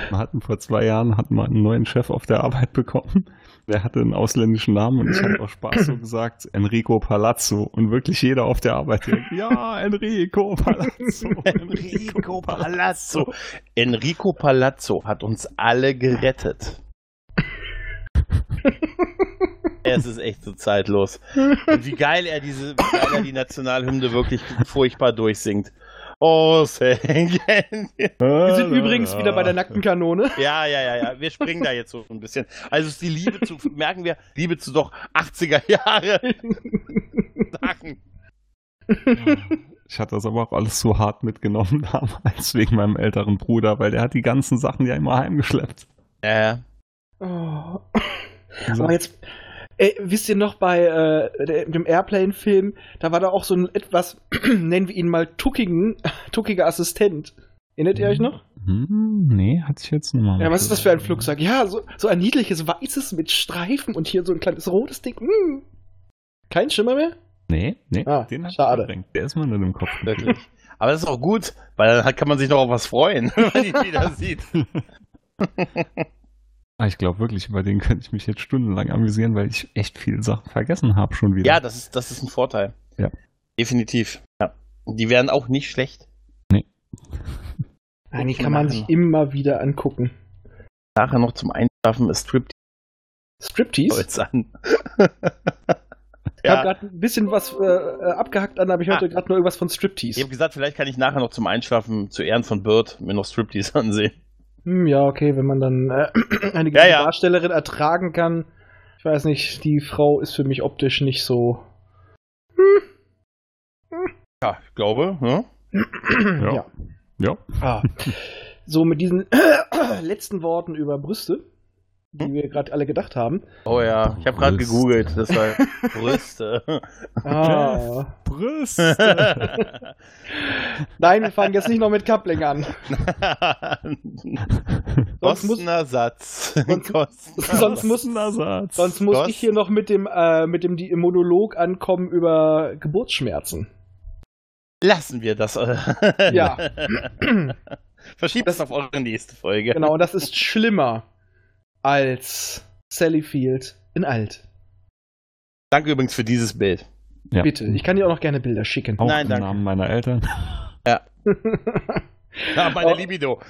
E: Wir hatten vor zwei Jahren hatten wir einen neuen Chef auf der Arbeit bekommen. Der hatte einen ausländischen Namen und ich habe auch Spaß so gesagt, Enrico Palazzo. Und wirklich jeder auf der Arbeit direkt, ja, Enrico Palazzo.
D: Enrico Palazzo. Enrico Palazzo hat uns alle gerettet. es ist echt so zeitlos. Und wie geil er diese, wie geil er die Nationalhymne wirklich furchtbar durchsingt. Oh, Sengen.
C: Wir sind übrigens wieder bei der nackten Kanone.
D: Ja, ja, ja, ja. Wir springen da jetzt so ein bisschen. Also es ist die Liebe zu, merken wir, Liebe zu doch 80er Jahre. Sachen.
E: Ich hatte das aber auch alles so hart mitgenommen damals wegen meinem älteren Bruder, weil der hat die ganzen Sachen ja immer heimgeschleppt.
D: Ja, ja.
C: Oh. Aber jetzt, ey, wisst ihr noch bei äh, der, dem Airplane-Film, da war da auch so ein etwas, nennen wir ihn mal tuckigen, tuckiger Assistent. Erinnert ihr euch noch?
E: Hm, nee, hatte ich jetzt nochmal.
C: Ja, was ist das für ein Flugzeug? Ja, so, so ein niedliches weißes mit Streifen und hier so ein kleines rotes Ding. Hm. Kein Schimmer mehr?
E: Nee, nee,
C: Ah,
E: den hat
C: schade.
E: Der ist mir nur im Kopf.
D: Wirklich. Aber das ist auch gut, weil dann kann man sich doch auf was freuen, wenn man ihn wieder sieht.
E: Ah, Ich glaube wirklich, über den könnte ich mich jetzt stundenlang amüsieren, weil ich echt viele Sachen vergessen habe schon wieder.
D: Ja, das ist, das ist ein Vorteil.
E: Ja.
D: Definitiv. Ja. Die werden auch nicht schlecht.
C: Nein, die kann man sich immer wieder angucken.
D: Nachher noch zum Einschlafen ist Strip
C: Striptease?
D: Holz an.
C: Ich
D: Oh, ja,
C: habe gerade ein bisschen was äh, äh, abgehackt an, aber ich hörte
D: Ah.
C: gerade nur irgendwas von
D: ich
C: Striptease.
D: habe gesagt, vielleicht kann ich nachher noch zum Einschlafen zu Ehren von Bird mir noch Striptease ansehen.
C: Hm, ja, okay, wenn man dann äh, eine
D: Ja,
C: gewisse
D: ja.
C: Darstellerin ertragen kann. Ich weiß nicht, die Frau ist für mich optisch nicht so.
D: Ja, ich glaube. Ne?
E: Hm, Ja.
C: ja.
E: Ja.
C: Ah. So mit diesen letzten Worten über Brüste,
E: Hm?
C: die wir gerade alle gedacht haben.
D: Oh ja, ich habe gerade
E: Brüste.
D: gegoogelt. Das war Brüste.
C: Ah.
E: Brüste.
C: Nein, wir fangen jetzt nicht noch mit Coupling an. Sonst muss,
D: Kostenersatz.
C: sonst-
D: Kostenersatz.
C: sonst muss,
E: Kostenersatz.
C: sonst muss
D: Was?
C: ich hier noch mit dem, äh, mit dem die, Monolog ankommen über Geburtsschmerzen.
D: Lassen wir das.
C: Ja.
D: Verschiebt das auf eure nächste Folge.
C: Genau, und das ist schlimmer als Sally Field in Alt.
D: Danke übrigens für dieses Bild.
E: Ja.
C: Bitte, ich kann dir auch noch gerne Bilder schicken.
E: Auch
D: Nein,
E: im
D: danke.
E: Namen meiner Eltern.
D: Ja, meine
C: Oh.
D: Libido.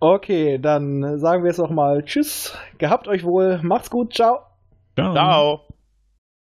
C: okay, dann sagen wir jetzt noch mal Tschüss, gehabt euch wohl, macht's gut, ciao.
E: Ciao.
D: Ciao.